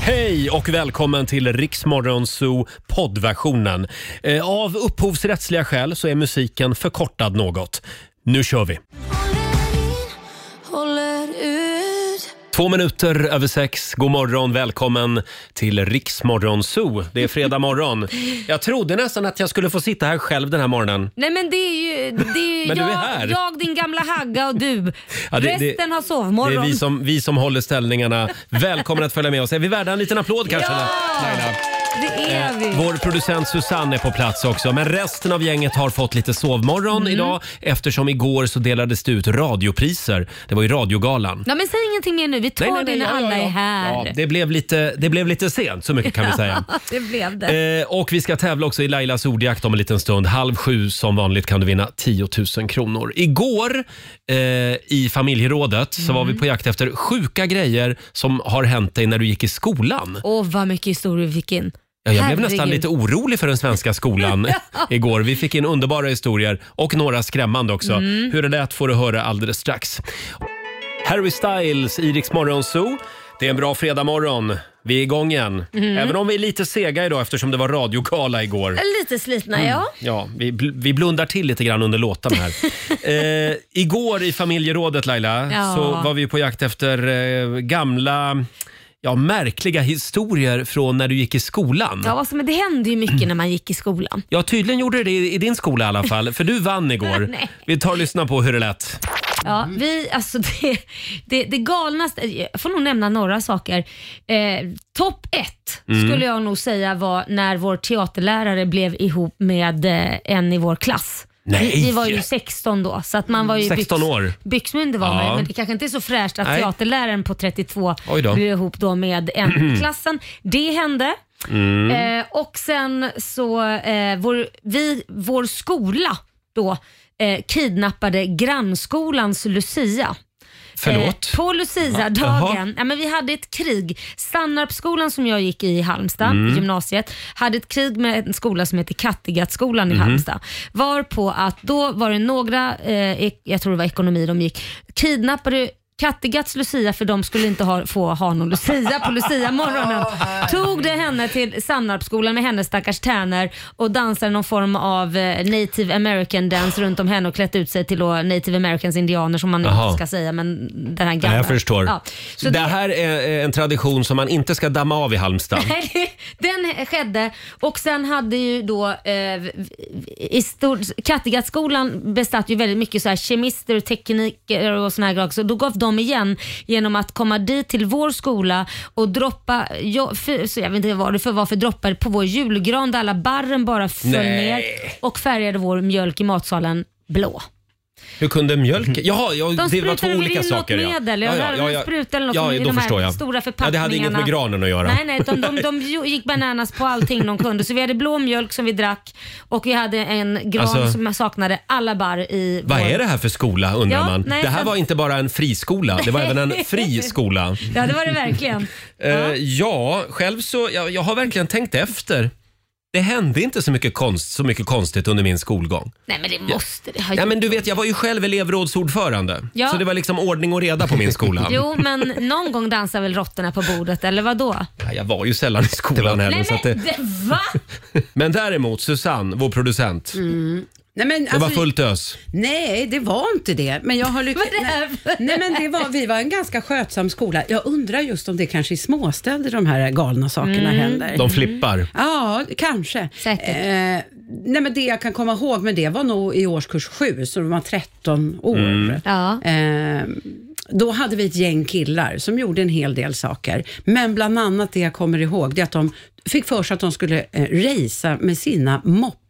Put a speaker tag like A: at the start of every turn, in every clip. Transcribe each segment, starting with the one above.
A: Hej och välkommen till Riksmorgon Zoo poddversionen. Eh, Av upphovsrättsliga skäl så är musiken förkortad något. Nu kör vi!
B: Håller ut.
A: Två minuter över sex. God morgon, välkommen till Riksmorgon Zoo. Det är fredag morgon. Jag trodde nästan att jag skulle få sitta här själv den här morgonen.
B: Nej men det är ju, det är ju
A: Men du är
B: jag,
A: här.
B: jag, din gamla Hagga och du.
A: Ja, det- det-
B: Resten har
A: Det
B: sovmorgon.
A: är vi som, vi som håller ställningarna. Välkommen att följa med oss. Är vi värda en liten applåd kanske?
B: Ja!
A: Laila?
B: Det är vi.
A: Eh, Vår producent Susanne är på plats också, men resten av gänget har fått lite sovmorgon
B: Mm.
A: idag eftersom igår så delades det ut radiopriser. Det var ju radiogalan.
B: Ja, men säg ingenting mer nu, vi tar det när
A: ja, ja,
B: alla
A: ja.
B: är här.
A: Ja, det, blev lite, det blev lite sent, så mycket kan vi säga.
B: det blev det.
A: Eh, och vi ska tävla också i Lailas ordjakt om en liten stund. Halv sju som vanligt kan du vinna 10 000 kronor. Igår eh, i familjerådet så
B: Mm.
A: var vi på jakt efter sjuka grejer som har hänt dig när du gick i skolan.
B: Åh vad mycket historier vi fick in.
A: Ja, jag blev nästan
B: Herregud.
A: lite orolig för den svenska skolan igår. Vi fick in underbara historier och några skrämmande också.
B: Mm.
A: Hur det lät får du höra alldeles strax. Harry Styles i Rix Morgon Zoo. Det är en bra fredagmorgon. Vi är igång igen.
B: Mm.
A: Även om vi är lite sega idag eftersom det var radiokala igår.
B: Lite slitna
A: Mm.
B: ja.
A: Ja, vi, bl- vi blundar till lite grann under låtarna här. eh, igår i familjerådet Laila,
B: Ja.
A: så var vi på jakt efter eh, gamla, ja märkliga historier från när du gick i skolan.
B: Ja, alltså, men det hände ju
A: Mm.
B: mycket när man gick i skolan.
A: Ja, tydligen gjorde det i i din skola i alla fall, för du vann igår.
B: Nej.
A: Vi tar och lyssnar på hur det lät.
B: Ja,
A: Mm.
B: vi, alltså det, det, det galnaste, jag får nog nämna några saker. Eh, Topp ett
A: Mm.
B: skulle jag nog säga var när vår teaterlärare blev ihop med eh, en i vår klass.
A: Nej.
B: Vi, vi var ju 16 då, så att man var ju
A: 16
B: byx-
A: år.
B: Byxmyndig var man
A: Ja.
B: ju, men det kanske inte är så fräscht att
A: Nej.
B: teaterläraren på 32
A: Oj då.
B: blev ihop då med en i klassen. Det hände.
A: Mm.
B: Eh, och sen så, eh, vår, vi, vår skola då eh, kidnappade grannskolans Lucia.
A: Förlåt?
B: Eh, på
A: Jaha.
B: Lucia-dagen, ja, men vi hade ett krig. Sannarpsskolan som jag gick i i Halmstad,
A: Mm.
B: i gymnasiet, hade ett krig med en skola som heter Kattegattskolan
A: Mhm.
B: i Halmstad. Var på att då var det några, eh, ek- jag tror det var ekonomi de gick, kidnappade Kattegats Lucia för de skulle inte ha, få ha någon Lucia på Lucia morgonen. Tog det henne till Sannarpsskolan med hennes stackars tärnor och dansade någon form av eh, native american dance runt om henne och klätt ut sig till då native americans indianer som man nu
A: Jaha.
B: inte ska säga men den här
A: Ja,
B: gamla.
A: jag förstår.
B: Ja. Så
A: det...
B: det,
A: här är eh, en tradition som man inte ska damma av i Halmstad.
B: den skedde och sen hade ju då eh, i stor, Kattegattskolan besatt ju väldigt mycket så här kemister och tekniker och såna här grejer så då gav de igen genom att komma dit till vår skola och droppa, jag, för, så jag vet inte vad det för, var för droppar på vår julgran där alla barren bara föll
A: Nej.
B: ner och färgade vår mjölk i matsalen blå.
A: Hur kunde mjölken... Jaha, ja,
B: De
A: det var två
B: sprutade väl
A: olika
B: in något
A: saker.
B: medel, jag hörde någon spruta eller något
A: ja,
B: i
A: då
B: de här
A: förstår jag.
B: stora
A: Ja, det hade inget
B: förpackningarna.
A: med granen att göra.
B: Nej, nej, utan de, de ju- gick bananas på allting de kunde. Så vi hade blå mjölk som vi drack och vi hade en gran
A: Alltså-
B: som saknade alla barr i
A: Vad
B: vår-
A: är det här för skola undrar
B: Ja,
A: man?
B: nej,
A: det här
B: men-
A: var inte bara en friskola, det var även en fri skola.
B: Ja, det var det verkligen.
A: Eh, ja, själv så, jag, jag har verkligen tänkt efter. Det hände inte så mycket, konst, så mycket konstigt under min skolgång.
B: Nej, men det måste det ha
A: Ja,
B: gjort.
A: men du vet, jag var ju själv elevrådsordförande.
B: Ja.
A: Så det var liksom ordning och reda på min skola.
B: Jo, men någon gång dansar väl råttorna på bordet, eller vad då?
A: Ja, jag var ju sällan i skolan heller.
B: Nej,
A: Så
B: men
A: att det...
B: det... va?
A: Men däremot Susanne, vår producent.
B: Mm.
C: Nej, men,
A: Det var
C: alltså,
A: fullt ös.
C: nej, det var inte det. Men jag har lyckats...
B: Vad är det här för-
C: nej, nej, men det var, vi var en ganska skötsam skola. Jag undrar just om det kanske i småstäder de här galna sakerna
B: Mm.
C: händer.
A: De flippar.
C: Ja, kanske.
B: Säkert.
C: Eh, nej, men det jag kan komma ihåg, men det var nog i årskurs sju, så de var 13 år.
A: Mm.
B: Ja.
C: Eh, då hade vi ett gäng killar som gjorde en hel del saker. Men bland annat det jag kommer ihåg, det är att de fick för sig att de skulle eh, racea med sina moppar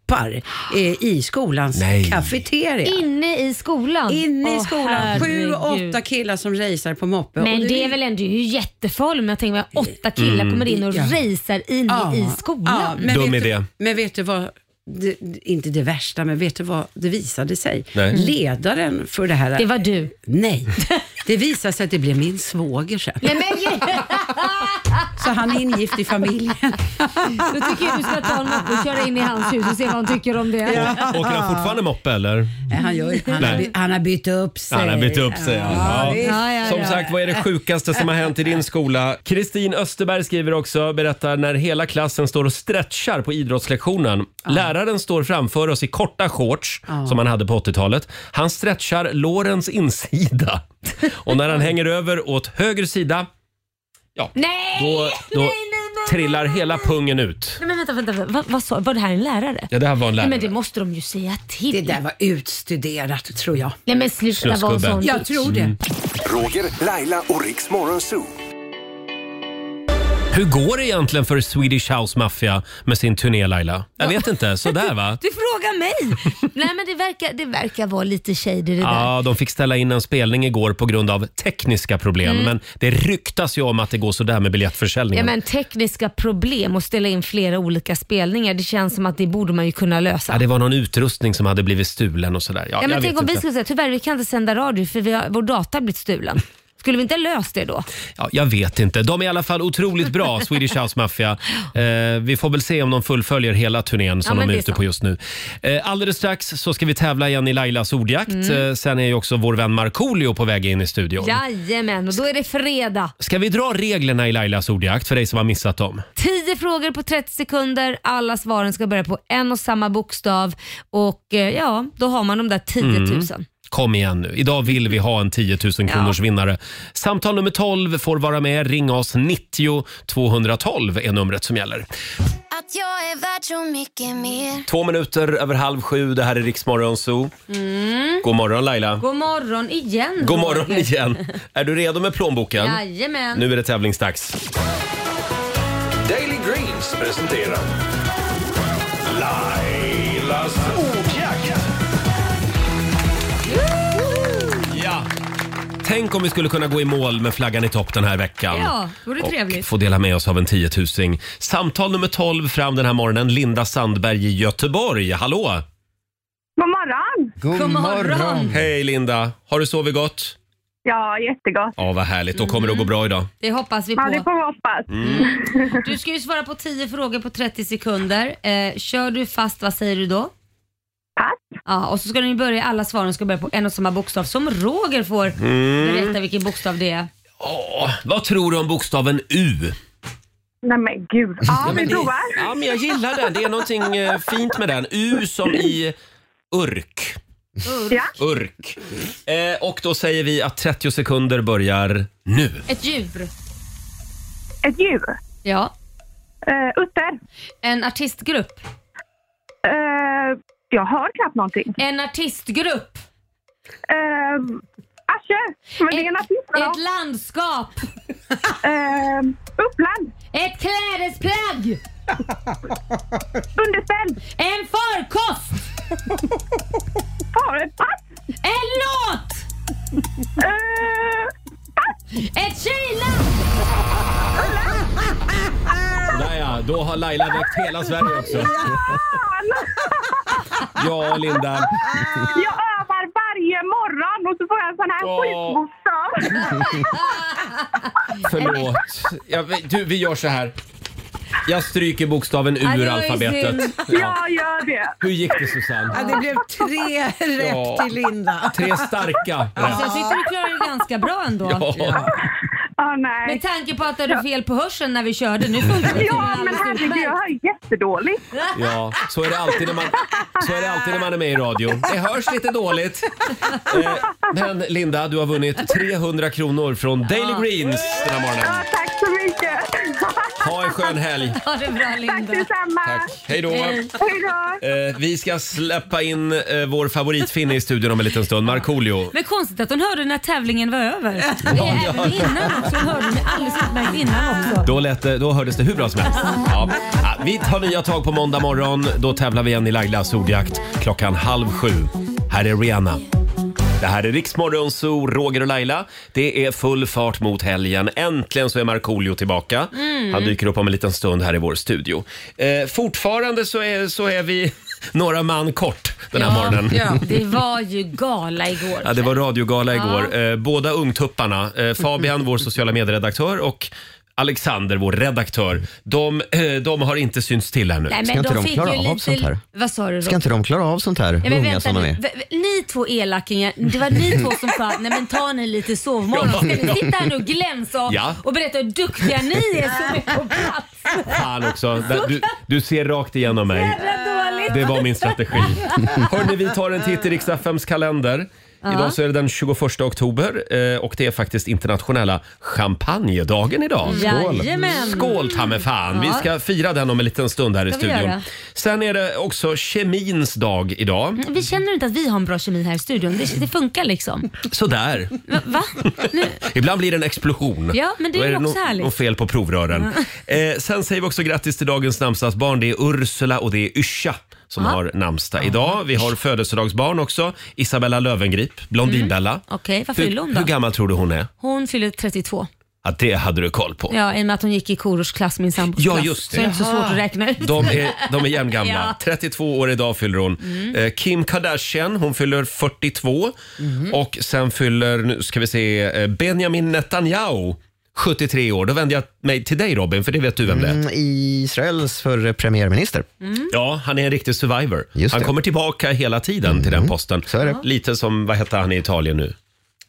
C: eh, i skolans
A: Nej.
C: kafeteria.
B: Inne i skolan?
C: Inne i
B: Åh,
C: skolan, sju,
B: herregud.
C: åtta killar som racear på moppe. Och
B: Men det är väl ändå det är ju jättefarligt om jag tänker mig att åtta killar
A: Mm.
B: kommer in och
C: Ja.
B: racear in
C: Ja,
B: i
C: ja,
B: skolan.
C: men
A: Dum
C: vet du-
A: idé.
C: Men vet du vad, det, inte det
B: Mm.
C: värsta, men vet du vad det visade sig?
A: Nej.
C: Ledaren för det här...
B: Det var du.
C: Nej, Det visade sig att det blev min svåger sen.
B: Nej, men,
C: Så han är ingift i familjen.
B: då tycker jag du ska ta en moppe och köra in i hans hus och se vad han tycker om det.
A: Åker han fortfarande moppe eller?
C: Nej, Han, gör, han, har,
A: Nej.
C: by- han har bytt upp sig.
A: Han har bytt upp sig.
C: Ja,
A: Ja.
C: visst.
B: Ja, ja,
A: Som
B: ja.
A: sagt, vad är det sjukaste som har hänt i din skola? Kristin Österberg skriver också, berättar när hela klassen står och stretchar på idrottslektionen. Läraren står framför oss i korta shorts som han hade på 80-talet. Han stretchar lårens insida och när han hänger över åt höger sida, ja,
B: Nej!
A: då, då
B: nej, nej.
A: trillar hela pungen ut.
B: Nej, men vänta, vänta. vänta. Vad, vad sa, var det här en lärare?
A: Ja, det här var en
B: Nej, men
A: lärare.
B: det måste de ju säga till.
C: Det där var utstuderat tror jag.
B: Nej men sluta vara en
A: Snuskgubbe.
B: sån
C: Jag
B: bitch.
C: tror det.
D: Roger, Laila och Riks Morgonzoo.
A: Hur går det egentligen för Swedish House Mafia med sin turné Laila? Jag vet inte, sådär va?
B: Du frågar mig! Nej men det verkar, det verkar vara lite shady det där.
A: Ja, de fick ställa in en spelning igår på grund av tekniska problem. Men det ryktas ju om att det går sådär med
B: Mm. Ja,
A: biljettförsäljningen. Ja,
B: men tekniska problem och ställa in flera olika spelningar, det känns som att det borde man ju kunna lösa.
A: det var någon utrustning som hade blivit stulen och sådär. Ja,
B: ja, men
A: jag
B: tänk
A: vet
B: om vi
A: inte.
B: skulle säga tyvärr vi kan inte sända radio för vi har, vår data har blivit stulen. Skulle vi inte ha löst det då?
A: Ja, jag vet inte. De är i alla fall otroligt bra, Swedish House Mafia. Eh, vi får väl se om de fullföljer hela turnén som
B: Ja, men
A: de är
B: det är
A: ute
B: sant.
A: på just nu. Eh, alldeles strax så ska vi tävla igen i Lailas ordjakt.
B: Mm.
A: Eh, sen är ju också vår vän Markoolio på väg in i studion.
B: Jajamän, och då är det fredag.
A: Ska vi dra reglerna i Lailas ordjakt för dig som har missat dem?
B: 10 frågor på 30 sekunder. Alla svaren ska börja på en och samma bokstav och eh, ja, då har man de där 10 000.
A: Kom igen nu. Idag vill vi ha en 10 000 kronors vinnare. Samtal nummer 12 får vara med. Ring oss 90 212 är numret som gäller.
E: Att jag är värd så mycket mer
A: Två minuter över halv sju. Det här är Riksmorgon Zoo. God morgon Laila.
B: God morgon igen
A: God morgon
B: Roger.
A: igen. Är du redo med plånboken?
B: Jajamän.
A: Nu är det tävlingsdags.
D: Daily Greens presenterar Lailas ordjakt.
A: Ja. Tänk om vi skulle kunna gå i mål med flaggan i topp den här veckan.
B: Ja, vore trevligt.
A: Få dela med oss av en 10 000. Samtal nummer 12 fram den här morgonen. Linda Sandberg i Göteborg. Hallå!
F: God morgon!
G: God,
B: God morgon.
A: Hej Linda! Har du sovit gott?
F: Ja, jättegott.
A: Ja, vad härligt. Då kommer det att
B: Mm.
A: gå bra idag.
B: Det hoppas vi
F: Ja, det
B: på.
F: får vi hoppas.
B: Du ska ju svara på 10 frågor på 30 sekunder. Eh, kör du fast, vad säger du då?
F: Pass.
B: Ja, och så ska ni börja, alla svaren ska börja på en och samma bokstav som Roger får
A: Mm.
B: berätta vilken bokstav det är.
A: Åh, vad tror du om bokstaven U?
F: Nej men gud. Ja, vi provar.
A: Ja, men jag gillar den. Det är någonting eh, fint med den. U som i urk.
F: Ja.
A: Urk. Eh, och då säger vi att 30 sekunder börjar nu.
B: Ett djur.
F: Ett djur.
B: Ja.
F: Uh, utter.
B: En artistgrupp.
F: Eh, jag hör knappt någonting.
B: En artistgrupp.
F: Uh, Asche. Men det är en artist då.
B: ett landskap.
F: Eh, Uppland.
B: Ett klädesplagg.
F: Underställ.
B: En farkost.
F: Far. Pass.
B: En låt.
F: Eh,
B: Ett kylland.
A: Där ja, då har Laila väckt hela Sverige också.
F: fan.
A: Ja, Linda.
F: jag övar varje morgon och så får jag en sån här
A: Åh.
F: skitbokstav.
A: Förlåt. Ja, vi- du, vi gör så här. Jag stryker bokstaven U
B: Ja,
A: ur
B: det var ju
A: alfabetet. Ja.
F: Jag gör det.
A: Hur gick det Susanne?
C: Ja, det blev tre rätt till Linda.
A: Tre starka rätt.
B: Alltså, jag tyckte du klarade det ganska bra ändå.
A: Ja.
F: Ja,
B: Med
F: nej.
B: tanke på att du hade fel på hörseln när vi körde. Nu funkar det
F: Ja, men
B: alldeles
F: herregud, jag
B: utmärkt.
F: hör jättedåligt.
A: Ja, så är det alltid när man, så är, det alltid när man är med i radio. Det hörs lite dåligt. Eh, Men Linda, du har vunnit 300 kronor från Daily Greens den här
F: Ja,
A: morgonen.
F: tack så mycket.
A: Ha en skön helg.
B: Ha det bra
F: Tack
B: Linda.
F: detsamma.
A: Tack. Hej då.
B: Hej.
F: Hej då.
A: Eh, vi ska släppa in eh, vår favoritfinne i studion om en liten stund, Markoolio.
B: Men konstigt att hon hörde när tävlingen var över. Ja, Även innan också. Hon hörde mig alldeles utmärkt innan också.
A: Då, lät det, då hördes det hur bra som helst. Ja. Ja, vi tar nya tag på måndag morgon. Då tävlar vi igen i Lailas ordjakt klockan halv sju. Här är Rihanna. Det här är Riksmorgon Zoo, Roger och Laila. Det är full fart mot helgen. Äntligen så är Markoolio tillbaka.
B: Mm.
A: Han dyker upp om en liten stund här i vår studio. Eh, fortfarande så är, så är vi några man kort den här morgonen.
B: Ja. Det var ju gala igår.
A: Ja, det var radiogala
B: Ja.
A: igår. Eh, båda ungtupparna, eh, Fabian, vår sociala medieredaktör och Alexander, vår redaktör, de, eh, de har inte synts till ännu.
B: Nej, men
G: Ska inte de
B: fick
G: klara
B: ju
G: av sånt här?
B: Vad sa du?
G: Ska inte de klara av sånt här?
B: Ja, men
G: unga
B: vänta,
G: som de
B: ni,
G: är.
B: v- v- ni två elakingar, det var ni två som sa nej men ta ni lite sovmorgon ska ni sitta här nu och glänsa och,
A: Ja.
B: och berätta hur duktiga ni är som är på plats.
A: Fan också, där- du, du ser rakt igenom mig.
B: Jävla dåligt.
A: Det var min strategi. Hörni, vi tar en titt i riks FMs kalender. Idag så är det den 21 oktober eh, och det är faktiskt internationella champagnedagen idag.
B: Jajamän.
A: Skål ta mig fan! Vi ska fira den om en liten stund här i
B: Ska vi
A: studion.
B: göra?
A: Sen är det också kemins dag idag.
B: Vi känner inte att vi har en bra kemi här i studion. Det, det funkar liksom.
A: Sådär.
B: Va? va? Nu,
A: Ibland blir det en explosion.
B: Ja, men det
A: Då
B: är
A: är
B: ju
A: det
B: också
A: nog-
B: härligt.
A: nog fel på provrören. Eh, sen säger vi också grattis till dagens namnsdagsbarn. Det är Ursula och det är Yrsa som har namnsdag idag. Vi har födelsedagsbarn också. Isabella Lövengrip, Blondinbella.
B: Okej, Mm. vad
A: Hur,
B: fyller hon då?
A: hur gammal tror du hon är?
B: Hon fyller 32.
A: Att det hade du koll på.
B: Ja, i och med att hon gick i Korosh klass, min sambos
A: Ja,
B: klass.
A: just det.
B: Så är det inte så svårt att räkna ut.
A: De är, de är jämngamla.
B: Ja. Mm.
A: 32 år idag fyller hon. Eh, Kim Kardashian, hon fyller 42.
B: Mm.
A: Och sen fyller, nu ska vi se, eh, Benjamin Netanyahu, 73 år. Då vänder jag mig till dig Robin, för det vet du vem det är.
G: Mm, Israels förre premiärminister.
A: Ja, han är en riktig survivor.
G: Mm. Just
A: han
G: det. Mm.
A: kommer tillbaka hela tiden till den posten.
G: Så är det.
A: Lite som, vad hette han i Italien nu?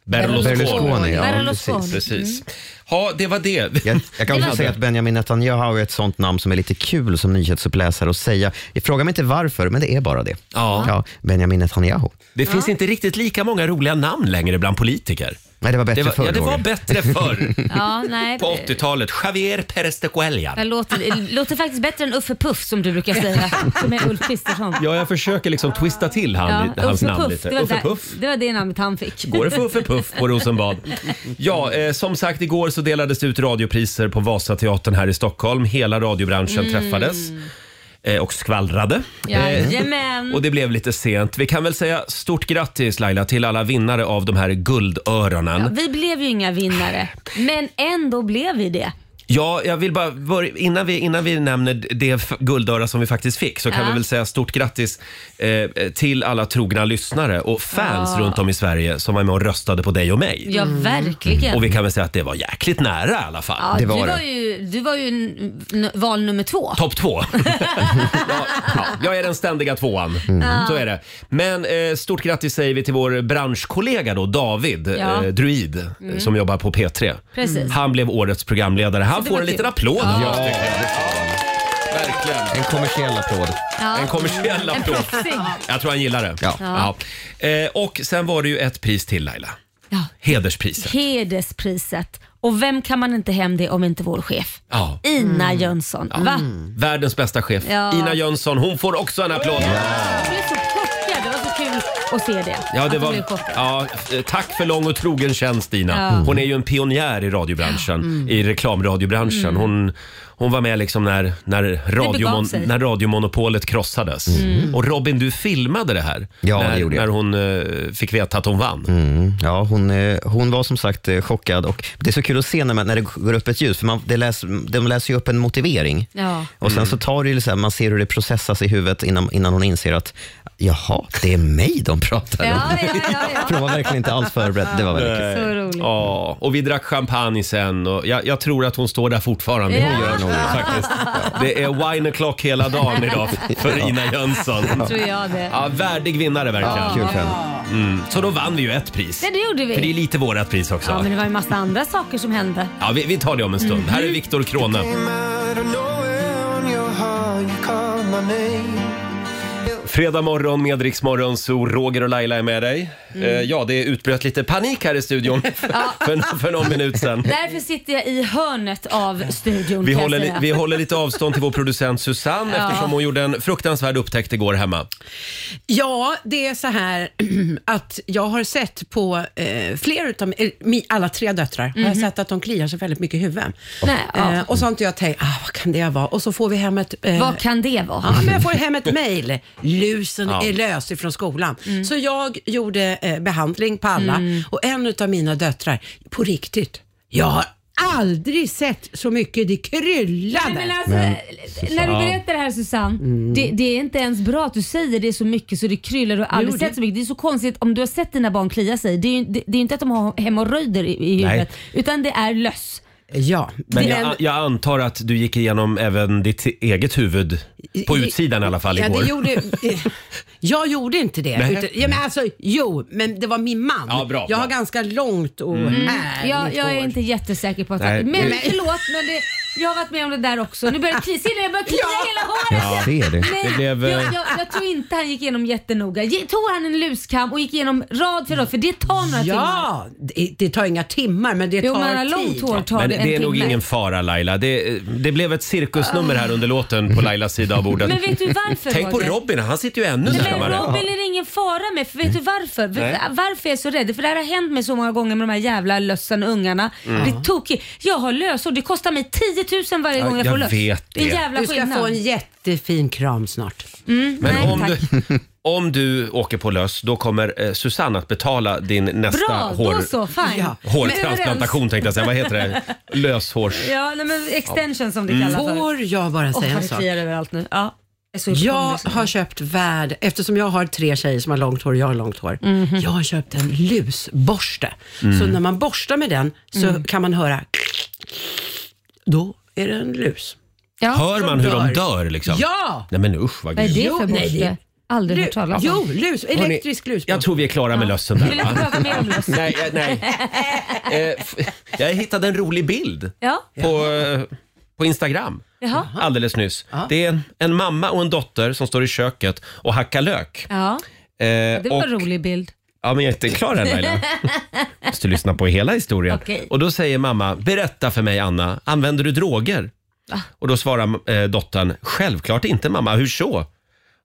A: Berlusconi.
G: Berlusconi, ja,
B: Berlusconi.
A: Precis. Ja, det var det.
G: Jag, jag kan
B: Det
G: också
B: var
G: säga
A: det.
G: att Benjamin Netanyahu är ett sånt namn som är lite kul som nyhetsuppläsare att säga. Jag frågar mig inte varför, men det är bara det.
A: Ja.
G: Benjamin Netanyahu.
A: Det finns inte riktigt lika många roliga namn längre bland politiker.
G: Nej, det var bättre
A: Det var,
G: förr.
A: ja, det var
G: Roger.
A: bättre förr.
B: Ja, nej.
A: På 80-talet. Javier Perez de Cuellar.
B: Det låter, det låter faktiskt bättre än Uffe Puff som du brukar säga, som är Ulf Kristersson.
A: Ja, jag försöker liksom twista till han,
B: Ja,
A: hans
B: Uffe
A: namn
B: Puff,
A: lite.
B: Det var,
A: Uffe
B: där,
A: Puff.
B: det var det namnet han fick.
A: Går det för Uffe Puff på Rosenbad? Ja, eh, som sagt, igår så delades det ut radiopriser på Vasateatern här i Stockholm. Hela radiobranschen
B: Mm.
A: träffades eh, och skvallrade. Eh,
B: Jajamän.
A: Och det blev lite sent. Vi kan väl säga stort grattis Laila till alla vinnare av de här guldöronen.
B: Ja,
A: Ja,
B: vi blev ju inga vinnare, men ändå blev vi det.
A: jag vill bara, börja- innan vi, innan vi nämner det f- guldöra som vi faktiskt fick så kan
B: Ja.
A: vi väl säga stort grattis eh, till alla trogna lyssnare och fans runt om i Sverige som var med och röstade på dig och mig.
B: Ja, verkligen.
A: Mm. Och vi kan väl säga att det var jäkligt nära i alla fall.
B: ja,
G: Det var
B: du,
G: det.
B: var ju, du var ju n- n- val nummer två.
A: Topp två. ja, ja, jag är den ständiga tvåan. Mm. Så är det. Men eh, stort grattis säger vi till vår branschkollega då, David
B: Ja. Mm.
A: eh, Druid, eh, som jobbar på P3.
B: Precis.
A: Han blev årets programledare. Han
B: det
A: får
B: var
A: en liten
B: kul.
A: applåd av
G: Ja.
A: oss, tycker jag. Verkligen.
G: En kommersiell applåd.
B: Ja.
A: En kommersiell
B: En
A: applåd.
B: proffsig.
A: Jag tror han gillar det.
G: Ja.
A: Ja. Eh, och sen var det ju ett pris till Laila.
B: Ja.
A: Hederspriset.
B: Hederspriset. Och vem kan man inte hem det om inte vår chef?
A: Ja.
B: Ina
A: Mm.
B: Jönsson.
A: Ah.
B: Va?
A: Världens bästa chef.
B: Ja.
A: Ina Jönsson, hon får också en applåd.
B: Jag blev så chockad. Det var så kul att se det.
A: Ja,
B: Att
A: det
B: jag
A: var,
B: blev chockad.
A: ja, eh, tack för lång och trogen tjänst Dina.
B: Ja. Mm.
A: Hon är ju en pionjär i radiobranschen, i reklamradiobranschen. Hon, hon var med liksom när, när, radiomon,
B: sig. Mm.
A: när radiomonopolet krossades. Mm. Och Robin, du filmade det här
G: Ja, det
A: när,
G: gjorde jag.
A: när hon eh, fick veta att hon vann.
G: Mm, ja, hon, eh, hon var som sagt eh, chockad och det är så kul att se när, man, när det går upp ett ljus, för man, det läs, de läser ju upp en motivering.
B: Ja.
G: Och sen så tar det ju, så här, man ser hur det processas i huvudet innan, innan hon inser att jaha, det är mig de pratar om.
B: Ja, ja, ja, ja.
G: För hon var verkligen inte alls förberedd. Det var väldigt kul.
B: Så roligt.
A: Ja, och vi drack champagne sen och jag, jag tror att hon står där fortfarande.
B: Ja.
A: Hon gör nog det faktiskt. Det är wine o'clock hela dagen idag för Ina Jönsson.
B: Tror jag det.
A: Ja, värdig vinnare verkligen.
G: Kul skämt.
A: Mm. Så då vann vi ju ett pris.
B: Ja, det gjorde vi.
A: För det är lite vårat pris också.
B: Ja,
A: Ja,
B: men det var ju massa andra saker som hände.
A: vi, vi tar det om en stund. Här är Viktor Krone. Fredag morgon med Rix Morgon, så Roger och Laila är med dig. Eh, ja, det utbröt lite panik här i studion för, för någon minut sedan.
B: Därför sitter jag i hörnet av studion.
A: Vi
B: kan jag
A: håller, li-
B: säga.
A: vi håller lite avstånd till vår producent Susanne eftersom hon gjorde en fruktansvärd upptäckt igår hemma.
C: Ja, det är så här att jag har sett på eh, flera utav eh, mi- alla tre döttrar, har jag sett att de kliar sig väldigt mycket i huvudet.
B: Mhm. Nej, ja.
C: eh, och så har inte jag tänkt, ah, vad kan det vara? Och så får vi hem ett... eh,
B: Vad kan det vara?
C: Ja, men jag får hem ett mejl. Lusen
A: Ja.
B: Mm.
C: är lös ifrån skolan. Så jag gjorde eh, behandling på alla. Och en av mina döttrar, på riktigt, jag har aldrig sett så mycket, det kryllade.
B: Nej, men alltså, när du berättar det här Susanne, det, det är inte ens bra att du säger det så mycket så det kryllar. Du har aldrig
C: Jo, det-
B: sett så mycket. Det är så konstigt om du har sett dina barn klia sig. Det är ju det, det är ju inte att de har hemorrojder i, i
G: Nej.
B: huvudet utan det är löss.
C: Ja,
A: Men
C: det-
A: jag, jag antar att du gick igenom även ditt eget huvud, på utsidan i alla fall,
C: ja,
A: igår.
C: det gjorde, jag gjorde inte det.
A: Nej.
C: Utan, ja, men alltså, jo, men det var min man.
A: Ja, bra,
C: jag har
A: bra. Mm.
C: ganska långt och härligt
B: Jag, Mm. jag är
C: hår.
B: inte jättesäker på att...
G: Nej,
B: men
G: det-
B: förlåt men det, jag har varit med om det där också. Nu börjar det klia, Ser ni? jag börjar klia hela håret.
G: Jag ser det.
B: Nej,
A: Det blev, eh,
B: jag, jag, jag tror inte han gick igenom jättenoga. Ge- Tog han en luskam och gick igenom rad för rad för det tar några timmar.
C: Ja, det, det tar inga timmar men det
B: Jo,
C: tar
B: men han har
C: tid.
B: långt hår tar
A: Men
B: en
A: det är nog
B: timme.
A: ingen fara Laila. Det, det blev ett cirkusnummer här under låten på Lailas sida av bordet.
B: Men vet du varför
A: Tänk på
B: Roger?
A: Robin, han sitter ju ännu
B: Nej, men
A: närmare.
B: Robin är det ingen fara med, för vet du varför?
A: Nej.
B: Varför är jag så rädd? För det här har hänt mig så många gånger med de här jävla lössen och ungarna. Det är tokigt. Jag har lösor, det kostar mig 10 000 varje
A: Mm. Ja,
B: gång jag,
A: jag
B: får löss.
A: vet
B: är en
A: det.
B: jävla
C: Du ska
B: skillnad.
C: få en jättefin kram snart.
B: Mm,
A: Men
B: nej,
A: om,
B: tack.
A: du, om du åker på löss, då kommer eh, Susanne att betala din nästa
B: Bra,
A: hår,
B: då så. Fine.
C: Ja.
A: hårtransplantation tänkte jag säga. Vad heter det? Löshårs...
B: Ja, nej, men extension som det
A: Mm.
B: kallas för.
C: Får jag bara
B: Åh,
C: säga en
B: vad det
C: sak?
B: kliar överallt nu. Ja. Jag är så
C: Jag
B: uppkommen.
C: har köpt värd, eftersom jag har tre tjejer som har långt hår och jag har långt hår.
B: Mhm.
C: Jag har köpt en lusborste.
A: Mm.
C: Så när man borstar med den så
B: Mm.
C: kan man höra Då är det en lus.
B: Ja.
A: Hör man hur de
C: dör.
A: dör liksom?
C: Ja!
A: Nej men usch vad
B: Vad är
A: grymt.
B: det
C: Jo,
B: för
C: nej, det-
B: borste? Aldrig
C: Lu-
B: hört talas om.
C: jo, lus, elektrisk lus.
A: Jag tror vi är klara med lössen där
B: Vill inte
A: va?
B: prata mer om löss.
A: Nej, eh, nej. Eh, f- Jag hittade en rolig bild
B: Ja.
A: på, eh, på Instagram
B: Jaha.
A: alldeles nyss. Det är en, en mamma och en dotter som står i köket och hackar lök.
B: Ja,
A: Eh,
B: det var
A: och-
B: en rolig bild.
A: Ja, men jag är inte klar än Laila. måste lyssna på hela historien.
B: Okej.
A: Och då säger mamma, berätta för mig Anna, använder du droger? Och då svarar eh, dottern, självklart inte mamma, hur så?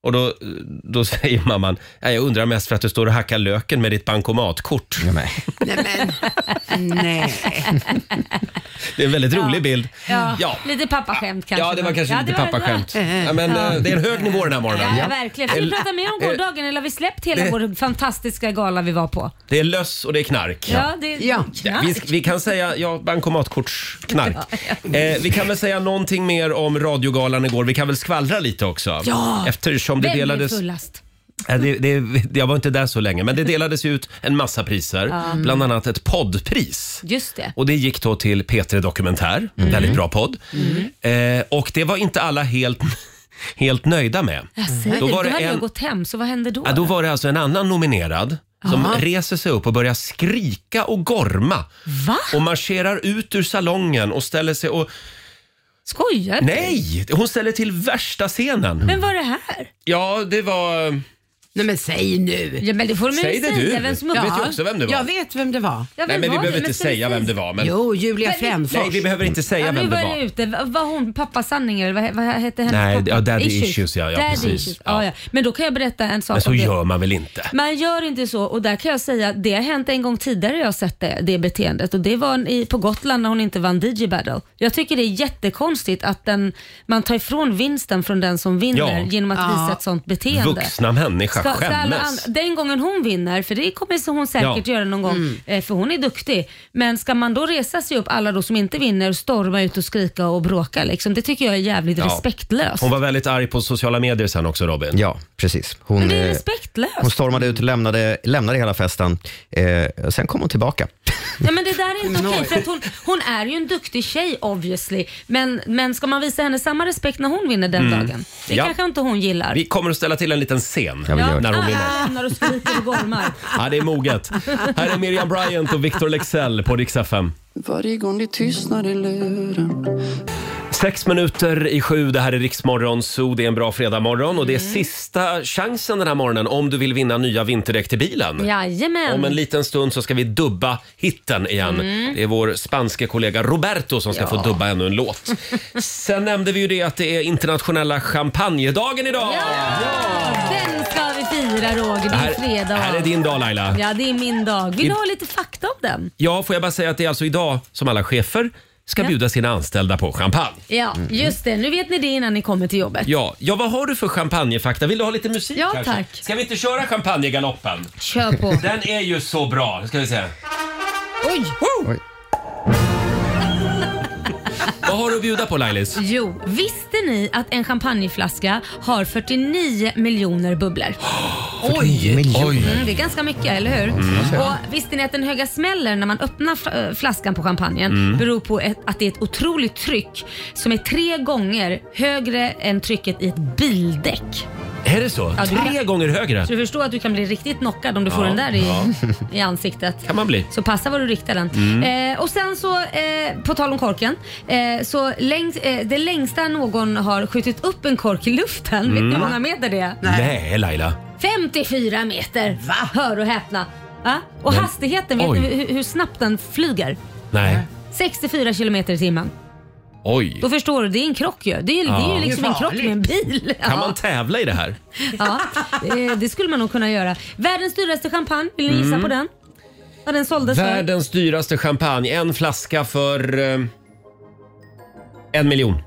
A: Och då, då säger mamman, "Nej, jag undrar mest för att du står och hackar löken med ditt bankomatkort.
C: Nej, men, nej.
A: Det är en väldigt rolig bild.
B: Ja,
A: Ja.
B: lite pappaskämt kanske.
A: Ja, det var
B: men-
A: kanske
B: Ja,
A: lite
B: det var-
A: pappaskämt. Ja, men eh, det är en hög nivå den här morgonen.
B: Ja, verkligen. Ska vi
A: Eh,
B: prata mer om
A: eh,
B: gårdagen eller har vi släppt hela
A: det-
B: vår fantastiska gala vi var på?
A: eh, Det är löss och det är knark.
B: Ja, det
C: Ja.
A: Ja,
B: knark.
A: vi, vi kan säga ja, bankomatkortsknark. Eh, vi kan väl säga någonting mer om radiogalan igår. Vi kan väl skvallra lite också.
B: Ja.
A: Eftersom det
B: Vem blev
A: delades...
B: fullast?
A: Eh, Det, det, jag var inte där så länge, men det delades ut en massa priser.
B: Mm.
A: Bland annat ett poddpris.
B: Just det.
A: Och det gick då till P3 Dokumentär,
B: Mm.
A: väldigt bra podd. Eh, och det var inte alla helt, helt nöjda med.
B: Säg det,
A: Då
B: då,
A: var det
B: hade
A: en-
B: jag gått hem, så vad hände då?
A: Ja, då var det alltså en annan nominerad som reser sig upp och börjar skrika och gorma.
B: Va?
A: Och marscherar ut ur salongen och ställer sig och...
B: Skojar du?
A: Nej! Hon ställer till värsta scenen.
B: Vem var det här?
A: Ja, det var...
C: nej, men säg nu.
B: Ja, men det får de
A: Säg
B: ju
A: det
B: säga.
A: du.
B: Vem som
A: Vet
B: ja.
A: du också vem det var?
C: Jag vet vem det var.
B: Ja, vem
A: Nej, men vi
B: var det?
A: behöver inte
B: ska vi
A: säga vem det var. Men...
C: Jo, Julia
B: Men-
C: Fränfors.
A: Nej, vi behöver inte säga
B: Ja, nu
A: vem det
B: börjar
A: var.
B: det ute. Va- Var hon pappa sanning eller vad, vad hette hennes
A: Nej,
B: pappa?
A: ja, daddy issues, ja, ja,
B: daddy
A: precis.
B: Issues.
A: Ja.
B: Ja, ja. Men då kan jag berätta en sak
A: Men så
B: om det.
A: gör man väl inte?
B: Man gör inte så och där kan jag säga att det har hänt en gång tidigare jag har sett det, det beteendet och det var i, på Gotland när hon inte vann DJ Battle. Jag tycker det är jättekonstigt att den, man tar ifrån vinsten från den som vinner
A: Ja.
B: genom att visa ett sånt beteende.
A: Vuxna människa,
B: Ska- ska alla
A: skämmes.
B: andra- den gången hon vinner, för det kommer så hon säkert
A: Ja.
B: göra någon gång, eh, för hon är duktig. Men ska man då resa sig upp, alla då som inte vinner, storma ut och skrika och bråka liksom, det tycker jag är jävligt
A: Ja.
B: respektlöst.
A: Hon var väldigt arg på sociala medier sen också, Robin.
G: Ja, precis. Hon,
B: Men det är
G: eh, hon
B: respektlöst.
G: stormade ut och lämnade, lämnade hela festen. Eh, sen kom hon tillbaka.
B: Nej, men det där är inte okej. för att hon, hon är ju en duktig tjej obviously. Men, men ska man visa henne samma respekt när hon vinner den dagen? Det
A: Mm. Ja.
B: kanske inte hon gillar. Ah,
A: Vi kommer att ställa till en liten scen
G: vi gör det.
A: när hon vinner.
B: Alla hamnar och skriker och gormar.
A: Ja, det är moget. Här är Miriam Bryant och Victor Lexell på Rix FM.
H: Varje gång det tystnar i luren
A: Sex minuter i sju, det här är Riksmorgon Zoo. Det är en bra fredagmorgon och det är
B: Mm.
A: sista chansen den här morgonen om du vill vinna nya vinterdäck till bilen.
B: Jajamän.
A: Om en liten stund så ska vi dubba hitten igen.
B: Mm.
A: Det är vår spanske kollega Roberto som ska få dubba ännu en låt. Sen nämnde vi ju det att det är internationella champagnedagen idag.
B: Den ska vi fira Roger, det
A: Det
B: är
A: här,
B: fredag.
A: här är din dag Laila.
B: Ja, det är min dag. Vill du ha lite fakta om den?
A: Ja, får jag bara säga att det är alltså idag som alla chefer ska bjuda sina anställda på champagne.
B: Ja, just det. Nu vet ni det innan ni kommer till jobbet.
A: Ja, ja vad har du för champagnefakta? Vill du ha lite musik
B: Ja,
A: kanske?
B: tack.
A: Ska vi inte köra champagnegaloppen?
B: Kör på.
A: Den är ju så bra. Ska vi se.
B: Oj!
A: Vad har du att bjuda på Lailis?
B: Jo, visste ni att en champagneflaska har 49 miljoner bubblor?
A: Oj! Oj.
B: Mm, det är ganska mycket, eller hur? Och Visste ni att den höga smällen när man öppnar fl- äh, flaskan på champagnen beror på ett, att det är ett otroligt tryck som är tre gånger högre än trycket i ett bildäck.
A: Är det så?
B: Ja, du-
A: Tre gånger högre?
B: Så du förstår att du kan bli riktigt knockad om du får den där i, i ansiktet.
A: Kan man bli. Mm.
B: Så passa var du riktar den. Eh, och sen så, eh, på tal om korken. Eh, så längs, eh, det längsta någon har skjutit upp en kork i luften, vet
A: Mm.
B: ni hur många meter det är?
A: Nej, Laila.
B: 54 meter! Va? Hör och häpna. Ja? Och
A: Men-
B: hastigheten, vet
A: Oj.
B: ni hur, hur snabbt den flyger?
A: Nej.
B: 64 kilometer i timmen.
A: Oj.
B: Då förstår du, det är en krock ju. Det är, det är ju liksom en krock med en bil.
A: Kan
B: Ja.
A: man tävla i det här?
B: Ja, eh, det skulle man nog kunna göra. Världens dyraste champagne, vill ni gissa
A: Mm.
B: på den? Vad den såldes för?
A: Världens dyraste champagne. En flaska för... eh, en miljon.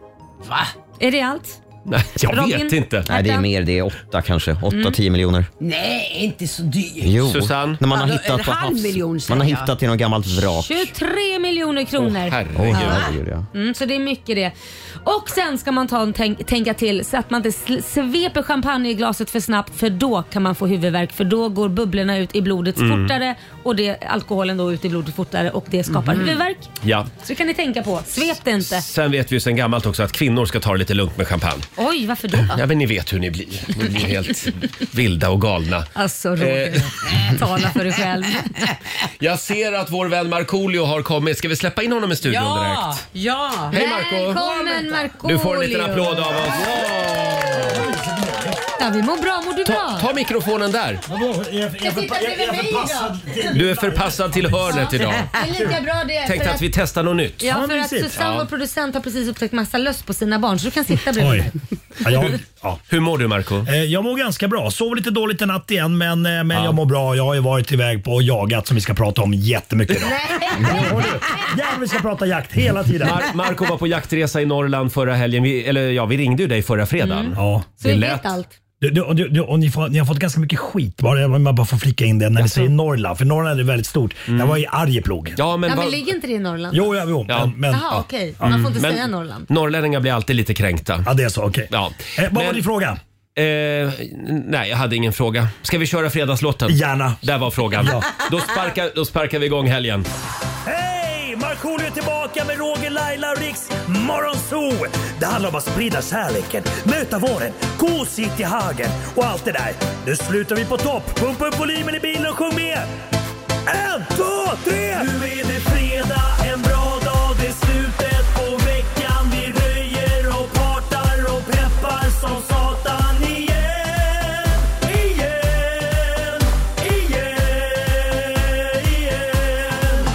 B: Är det allt?
A: Nej, jag
B: Robin?
A: vet inte.
G: Nej, det är mer. Det är åtta kanske. Åtta,
B: Mm.
G: tio miljoner.
C: Nej, inte så dyrt.
G: Jo,
A: Susanne?
G: när man har
C: Ja, då- en
G: hittat på
C: halv
G: havs.
C: miljon säger
G: Man har
C: jag.
G: hittat i något gammalt vrak.
B: 23 miljoner kronor.
A: Herregud.
G: Herregud, ja.
B: mm, så det är mycket det. Och sen ska man ta en tänk, tänka till så att man inte sl- sveper champagne i glaset för snabbt för då kan man få huvudvärk för då går bubblorna ut i blodet
A: Mm.
B: fortare och det, alkoholen då ut i blodet fortare och det skapar
A: Mm-hmm.
B: huvudvärk.
A: Ja.
B: Så det kan ni tänka på. Svep det inte.
A: Sen vet vi ju sen gammalt också att kvinnor ska ta det lite lugnt med champagne.
B: Oj, varför då?
A: Ja, men ni vet hur ni blir. Ni blir helt vilda och galna.
B: Alltså Roger,
A: Eh.
B: tala för dig själv.
A: Jag ser att vår vän Markoolio har kommit. Ska vi släppa in honom i studion
C: Ja,
A: direkt?
C: ja.
A: Hej Marco!
B: Välkommen Markoolio!
A: Du får en liten applåd av oss.
B: Ja, vi mår bra. Mår du
A: Ta,
B: bra?
A: ta mikrofonen där. Du är förpassad till hörnet idag.
B: Det är lika bra det.
A: Tänkte
B: för
A: att vi testar något nytt.
B: Ja, för att Susanne, vår producent, har precis upptäckt massa löss på sina barn så du kan sitta bredvid mig.
I: Oj. Ja, jag, ja.
A: Hur mår du Marco?
I: Eh, Jag mår ganska bra. Sov lite dåligt i natt igen men, eh, men jag mår bra. Jag har ju varit iväg på och jagat som vi ska prata om jättemycket idag. Jävlar vi ska prata jakt hela tiden.
A: Mar- Marco var på jaktresa i Norrland förra helgen. Vi, eller ja, vi ringde ju dig förra fredagen.
B: Mm.
I: Ja.
B: Så vi
A: lät-
B: vet allt.
I: Du, du, och du, du, och ni, får, ni har fått ganska mycket skit, bara, jag vill bara får flika in det, när ni säger Norrland. För Norrland är väldigt stort. Jag var i Arjeplog.
A: Mm. Ja, men,
B: Ja,
A: va,
B: men ligger inte det i Norrland?
I: Jo, ja, jo.
A: Ja.
I: Men, men,
B: Jaha,
I: ja. Mm.
B: okej. Man får inte
A: Men-
B: säga Norrland.
A: norrlänningar blir alltid lite kränkta.
I: ja, det är så. Okej.
A: Ja.
I: Eh, vad
A: Men-
I: var din fråga?
A: Eh, nej, jag hade ingen fråga. Ska vi köra fredagslåten?
I: Gärna.
A: Där var frågan.
I: Ja.
A: Då, sparkar, då sparkar vi igång helgen.
I: Hej! Markoolio är tillbaka med Roger, Laila och Riks Morgonzoo! Det handlar om att sprida kärleken, möta våren, gosigt i hagen och allt det där. Nu slutar vi på topp! Pumpa upp volymen i bilen och sjung med! En, två, tre! Nu är det fredag, en bra dag, det är slutet på veckan. Vi röjer och partar och peppar som satan igen, igen, igen, igen.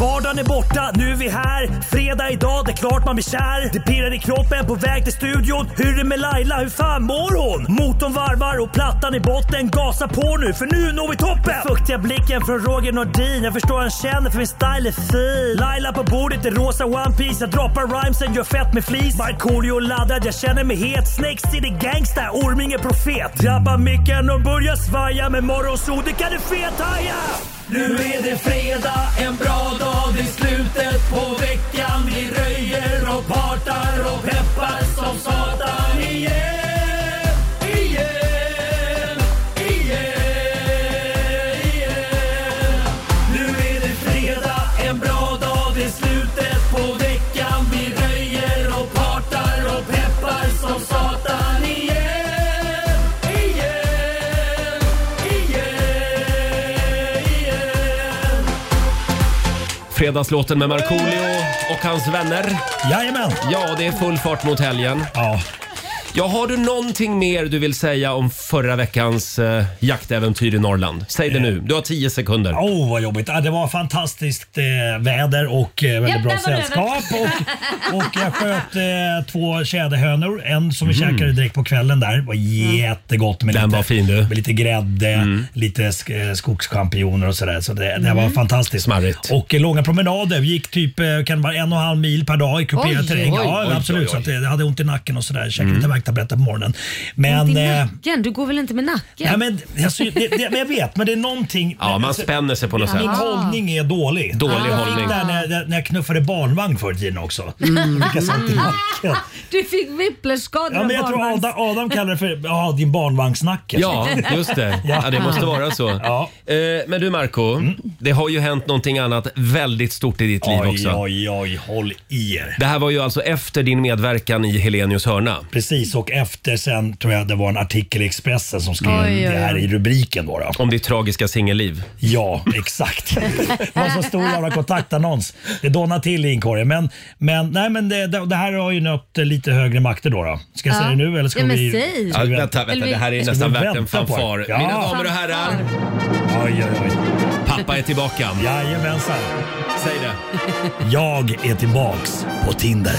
I: Vardagen är borta, nu är vi här. Fredag idag, det är klart man blir kär. Det pirrar i kroppen på väg till studion. Hur är det med Laila, hur fan mår hon? Motorn varvar och plattan i botten. Gasa på nu, för nu når vi toppen! Den fuktiga blicken från Roger Nordin. Jag förstår han känner för min style är fin. Laila på bordet i rosa One Piece Jag droppar rhymesen, gör fett med flis. Markoolio laddad, jag känner mig het. Snakes city gangsta, Orminge profet. Drabbar micken och börjar svaja. Med morgonsol, det kan du fethaja! Nu är det fredag, en bra dag, det är slutet på veckan. Vi röjer och partar och peppar som satan igen, igen, igen, igen. Nu är det fredag, en bra dag, det är slutet på veckan. Vi röjer och partar och peppar som satan igen, igen, igen, igen.
A: Fredagslåten med Markoolio och hans vänner.
I: Jajamän!
A: Ja, det är full fart mot helgen.
I: Ja.
A: Ja, har du någonting mer du vill säga om förra veckans eh, jaktäventyr i Norrland? Säg det nu. Du har tio sekunder.
I: Åh, oh, vad jobbigt. Ja, det var fantastiskt eh, väder och eh, väldigt
B: Ja,
I: bra
B: där var det
I: sällskap. Och, och jag sköt eh, två tjäderhönor. En som vi käkade direkt på kvällen där. Det var
B: Mm.
I: jättegott med,
A: Mm. Den
I: lite,
A: var fin, du. Mm.
I: med lite grädde, lite sk- eh, skogschampinjoner och sådär. Så det, det var
B: Mm.
I: fantastiskt.
A: Smarrigt.
I: Och eh, långa promenader. Vi gick typ eh, kan det vara en och en halv mil per dag i kuperad
B: Oj,
I: terräng.
B: oj,
I: Ja,
A: oj,
I: absolut.
A: oj.
I: Så att eh, jag hade ont i nacken och sådär.
A: Mm.
I: Käkade lite värktabletter på morgonen. Men...
B: Din
I: eh,
B: nacken, du går väl inte med
I: Nej,
B: nacken?
I: men, alltså, det, det, men jag vet, men det är någonting.
A: Ja, man
I: alltså,
A: spänner sig på något
B: Ah.
A: sätt.
I: min hållning är dålig.
A: Dålig
I: jag fick
A: hållning.
I: Där när, jag- när jag knuffade barnvagn förr i tiden också. Mm. Fick jag sånt i nacken.
B: Du fick whiplashskador
I: Ja,
B: av
I: men jag tror
B: barnvagns-
I: Adam, Adam kallar det för ja, din barnvagnsnacke.
A: Ja, just det. Ja, det måste vara så.
I: Ja. Mm.
A: Eh, Men du Marco, det har ju hänt någonting annat väldigt stort i ditt liv
I: Oj,
A: också.
I: oj, oj, håll i er.
A: Det här var ju alltså efter din medverkan i Helenius hörna.
I: Precis, och efter sen tror jag det var en artikel i Expressen som skrev
B: Oj, oj, oj.
I: det här i rubriken. Då, då.
A: Om ditt tragiska singelliv.
I: Ja, exakt. Det var så stor jävla kontaktannons. Det donnade till i inkorgen. Men, men, nej, men det, det det här har ju nått eh, lite högre makter då. då. Ska jag
B: Ja.
I: säga det nu eller ska
B: Ja, men
I: vi...
B: säg.
I: ska
A: Ja,
I: vi vänta?
A: vänta, vänta, det här är
I: Ska
A: nästan
I: vi
A: värt en
I: vänta på det?
A: fanfar.
I: Ja.
A: Mina damer och herrar,
I: Oj, oj, oj.
A: pappa är tillbaka.
I: Jajamensan.
A: Säg det.
I: Jag är tillbaks på Tinder.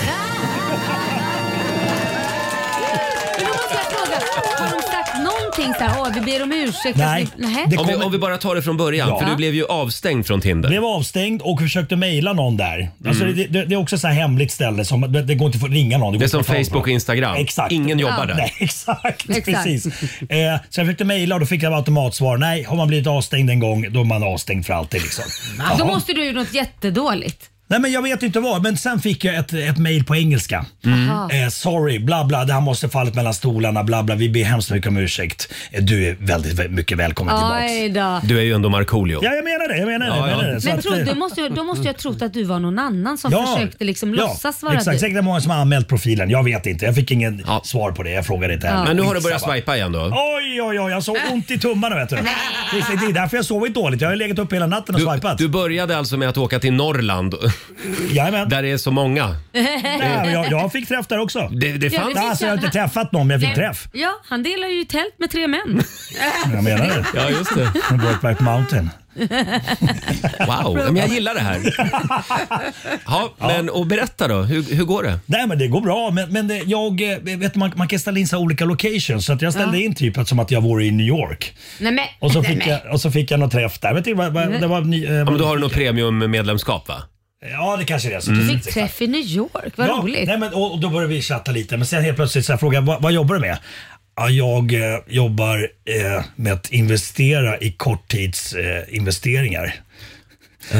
B: Men då måste jag fråga, har de sagt någonting såhär, åh vi ber om ursäkt?
I: Nej,
B: Alltså, nej.
I: det
A: Om vi,
I: kommer-
A: om vi bara tar det från början,
I: Ja.
A: för du blev ju avstängd från Tinder.
I: Blev avstängd och försökte mejla någon där. Alltså det, det, det är också så här hemligt ställe. Som, det, det går inte att få ringa någon.
A: Mm. Det
I: går
A: är som
I: inte att få tag på.
A: Facebook och Instagram.
I: Exakt.
A: Ingen jobbar där.
I: Nej, exakt.
B: Exakt.
I: Precis. Eh, så jag försökte mejla och då fick jag automatsvar. Nej, har man blivit avstängd en gång då är man avstängd för alltid. Liksom.
B: Då
I: Jaha.
B: måste du ha gjort något jättedåligt.
I: Nej, men jag vet inte vad. Men sen fick jag ett, ett mejl på engelska.
B: Jaha.
I: Eh, sorry, bla bla, det här måste ha fallit mellan stolarna, bla bla. Vi ber hemskt mycket om ursäkt. Eh, Du är väldigt vä- mycket välkommen
B: Oj
I: tillbaks.
B: då.
A: Du är ju ändå Markoolio.
I: Ja, jag menar det. Jag menar det.
A: Ja,
I: Jag menar
A: ja.
I: det. Så
B: Men
I: att,
B: tro,
I: eh,
B: du måste, ju- då måste jag ha trott att du var någon annan som försökte liksom låtsas vara
I: exakt.
B: du.
I: Säkert många som har anmält profilen. Jag vet inte. Jag fick ingen
A: Ja.
I: svar på det. Jag frågade inte heller.
A: Men nu har du börjat
I: Skitsamma.
A: swipa igen då.
I: Oj, oj, oj. Jag såg ont i tummarna vet du. Precis, Det är därför jag sovit dåligt. Jag har ju legat upp hela natten och
A: Du,
I: swipat.
A: du började alltså med att åka till Norrland,
I: Jajamän.
A: där det är så många.
I: Nej, jag, jag fick träff där också.
A: Det, det
B: Ja,
A: fanns...
B: det finns
I: Alltså, jag har
B: ju-
I: inte träffat någon, men jag fick träff.
B: Ja, han delar ju tält med tre män.
I: Jag menar det.
A: Ja, just det.
I: Brokeback Mountain.
A: Wow, men jag gillar det här. Ja, men och berätta då, hur, hur går det?
I: Nej men det går bra men, men det, jag, eh, vet, man, man kan ställa in så här olika locations så att jag ställde in typ att- som att jag vore i New York.
B: Nej men,
I: Och så fick, jag, och så fick jag någon träff där. Vet du, vad, vad, det var, ny- eh,
A: Ja, men då har du något premiummedlemskap va?
I: ja det kanske det är. Så
B: du
I: precis,
B: Mm. fick
I: Mm, exakt.
B: träff i New York, vad
I: ja,
B: roligt.
I: Nej, men, och, och då började vi chatta lite men sen helt plötsligt så här frågade jag vad, vad jobbar du med? Ja, jag eh, jobbar eh, med att investera i korttidsinvesteringar. Eh, investeringar.
B: Va?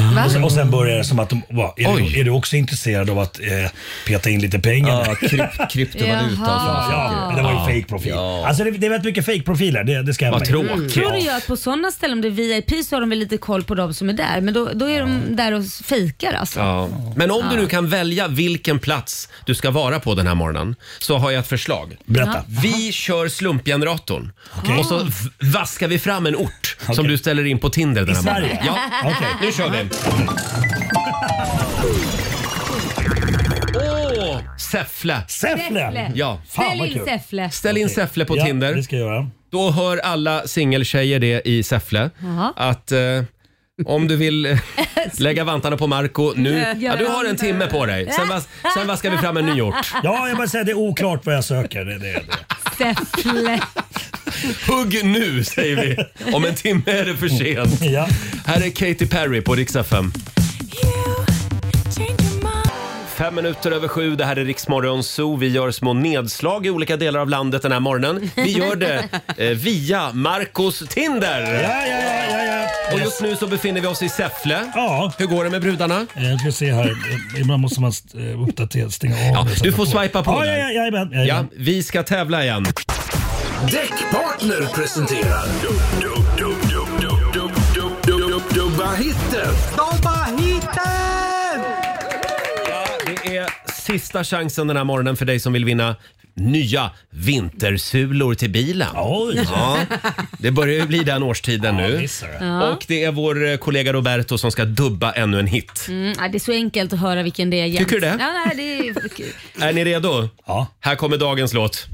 I: Och sen- alltså, Och sen började det som att de, va, är,
A: Oj.
I: du, är du också intresserad av att eh, peta in lite pengar?
G: Ja, kryp, kryptovaluta och
B: Jaha.
G: sådana
I: Ja,
G: saker.
I: men det var ju fake-profil. Alltså det, det är väldigt mycket fake-profiler, det, det ska jag
A: Vad
I: med. Mm.
A: tråkigt.
B: Tror du att på sådana ställen om det är VIP så har de väl lite koll på de som är där, men då, då är de där och fejkar alltså.
A: Ja. Men om du nu kan välja vilken plats du ska vara på den här morgonen så har jag ett förslag.
I: Berätta.
A: Vi kör slumpgeneratorn och så v- vaskar vi fram en ort som
I: Okej.
A: du ställer in på Tinder den
I: I
A: här morgonen.
I: Sverige?
A: Ja,
I: Okej.
A: nu kör vi. Åh, Säffle!
I: Säffle!
A: Ja.
I: Fan,
B: Ställ
I: vad
B: in
I: kul.
B: Säffle.
A: Ställ in Säffle på
I: ja,
A: Tinder.
I: det ska jag göra.
A: Då hör alla singeltjejer det i Säffle.
B: Jaha.
A: Att eh, om du vill eh, lägga vantarna på Marco nu. Ja, du har en timme på dig. Sen, vas, sen vaskar vi fram en ny ort.
I: Ja, jag bara säger det är oklart vad jag söker. Det, det, det.
B: Säffle.
A: Hugg nu säger vi. Om en timme är det för sent.
I: Ja.
A: Här är Katy Perry på Rix FM. Fem minuter över sju, det här är Riksmorgon Zoo. Vi gör små nedslag i olika delar av landet den här morgonen. Vi gör det eh, via Marcos Tinder.
I: Ja, ja, ja, ja, ja.
A: Och just nu så befinner vi oss i Säffle.
I: Ja.
A: Hur går det med brudarna?
I: Eh, Jag ska se här. Eh, Ibland måste man eh, uppdatera, stänga av.
A: Ja,
I: och sätta
A: du får swipa på
I: Ja,
A: där.
I: ja, ja, jajamän, jajamän.
A: Ja, vi ska tävla igen.
D: Däckpartner presenterar... Dub, dub, dub, dub, dub, dub, dub, dub, dub, Dubba hitten!
A: Det är sista chansen den här morgonen för dig som vill vinna nya vintersulor till bilen.
I: Oj!
A: Ja, det börjar ju bli den årstiden
I: Ja,
A: nu.
I: visst är det.
A: Och det är vår eh, kollega Roberto som ska dubba ännu en hit.
B: Mm, nej, det är så enkelt att höra vilken det är jämt.
A: Tycker du det?
B: Ja, nej, det är kul.
A: Är ni redo?
I: Ja.
A: Här kommer dagens låt.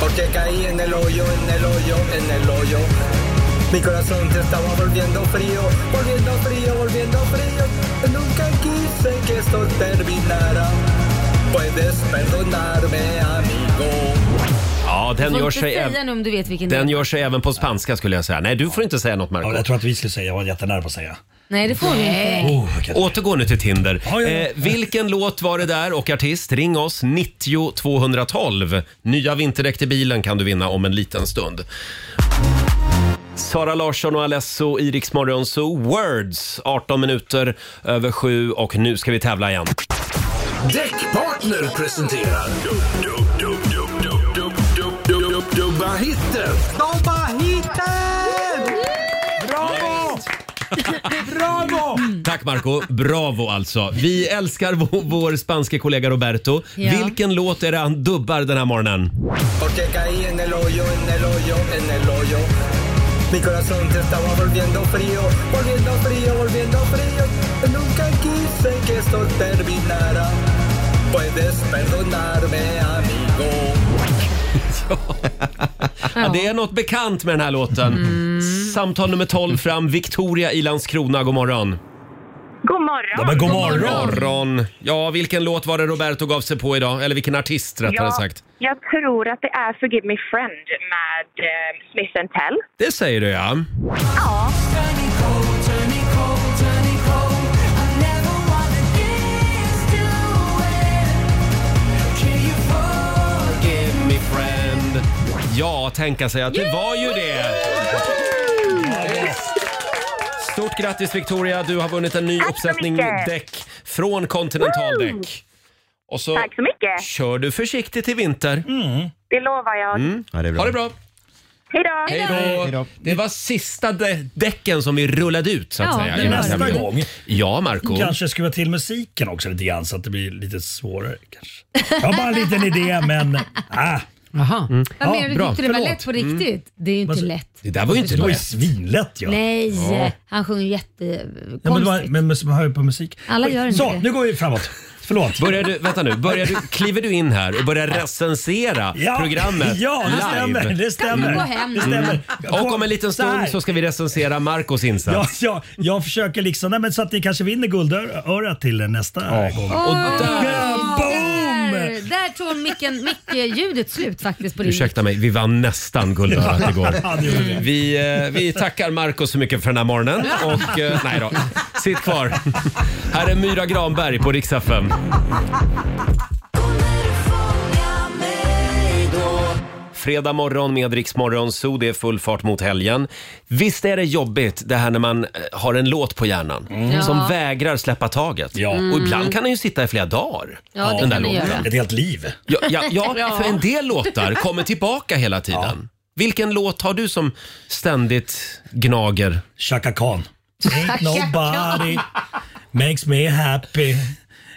D: Porque caí en el hoyo, en el hoyo, en el hoyo. Mi corazón te estaba volviendo frío, volviendo frío, volviendo frío. Nunca quise que esto terminara. Puedes perdonarme, amigo.
A: Ja, den
B: Du får
A: gör
B: inte
A: sig,
B: säga
A: äv-
B: nu om du vet vilken det
A: den
B: är.
A: gör sig även på spanska skulle jag säga. Nej, du får inte säga något
I: Ja,
A: Marco.
I: jag tror att vi skulle säga, jag var jättenära på att säga.
B: Nej, det får du inte.
I: Oh, vilket-
A: Återgå nu till Tinder.
I: Ja, ja, ja.
A: Eh, vilken låt var det där och artist? Ring oss 90 212. Nya vinterdäck till bilen kan du vinna om en liten stund. Sara Larsson och Alesso i Rix Morgon Zoo. Words, 18 minuter över sju och nu ska vi tävla igen.
D: Däckpartner presenterar... Dub, dub, dub, dub, dub, dub, dub, dub, dub, Dubba hitten! Dubba hitten!
A: Bravo! Bravo! Tack Marco, bravo alltså. Vi älskar vår, vår spanske kollega Roberto.
B: Ja.
A: Vilken låt är det han dubbar den här morgonen?
D: Porque caí en el hoyo, en el hoyo, en el hoyo. Mi corazón te estaba volviendo frío, volviendo frío, volviendo frío. Nunca quise que esto terminara. Puedes perdonarme, amigo.
A: Ja, det är något bekant med den här låten. Samtal nummer 12 fram, Victoria i Landskrona. God morgon.
F: God
I: Ja,
F: morgon.
I: men god morgon!
A: morgon. Ja, vilken låt var det Roberto gav sig på idag? Eller vilken artist rättare sagt.
F: jag tror att det är Forgive Me Friend med eh, Smith Tell.
A: Det säger du ja. Ja, tänka sig att det var ju det. Stort grattis Victoria, du har vunnit en ny
F: så
A: uppsättning
F: mycket.
A: däck från Continental Däck. Och så
F: Tack så mycket. Mm.
A: kör du försiktigt i vinter.
F: Det lovar jag.
G: Ja, det är bra.
A: Ha det bra.
F: Hej då.
A: Mm. Hej då.
G: då.
A: Det var sista dä- däcken som vi rullade ut så att
B: Ja,
A: säga.
B: det
A: i den här
B: var det.
I: Nästa
A: tävlingen.
I: gång
A: Ja, Marco.
I: kanske skruva till musiken också lite grann så att det blir lite svårare kanske. Jag har bara en liten idé men... Ah,
C: Jaha.
B: Vad menar du?
A: bra.
B: Tyckte det var
A: Förlåt.
B: lätt på riktigt?
I: Mm.
B: Det är ju inte
I: Vad-
B: lätt.
A: Det där var ju inte
I: det var ju
A: lätt.
I: svinlätt ju. Ja.
B: Nej, han sjunger jättekonstigt.
I: men, det var, men mus- man hör ju på musik.
B: Alla gör inte
I: Så,
B: det.
I: nu går vi framåt. Förlåt.
A: Börjar du, vänta nu, börjar du, kliver du in här och börjar recensera programmet
I: Ja, det
A: live? Mm.
I: stämmer. Det stämmer.
B: gå hem?
I: Det stämmer. Jag
A: Och
I: kom-
A: om en liten
I: här.
A: stund så ska vi recensera Marcos
I: Ja,
A: insats.
I: ja, jag försöker liksom, nej, men så att ni kanske vinner guldörat till nästa gång.
A: Och där,
I: Ja, boom!
B: Där, där tog micken, mick-ljudet slut faktiskt på din
A: ursäkta mig, vi vann nästan guldörat igår.
I: Ja, det gjorde vi.
A: Vi, eh, vi tackar Marco så mycket för den här morgonen. Och, eh, nej då. Sitt kvar. Här är Myra Granberg på Rix FM. Fredag morgon med Rix Morgon Zoo, det är full fart mot helgen. Visst är det jobbigt det här när man eh, har en låt på hjärnan som
B: Ja.
A: vägrar släppa taget.
I: Mm. Ja. Mm.
A: Och ibland kan den ju sitta i flera dagar.
B: Ja, det kan det göra.
I: Ett helt liv.
A: Ja, ja, ja, för en del låtar kommer tillbaka hela tiden. Vilken låt har du som ständigt gnager?
I: Chaka Khan. Ain't nobody makes me happy.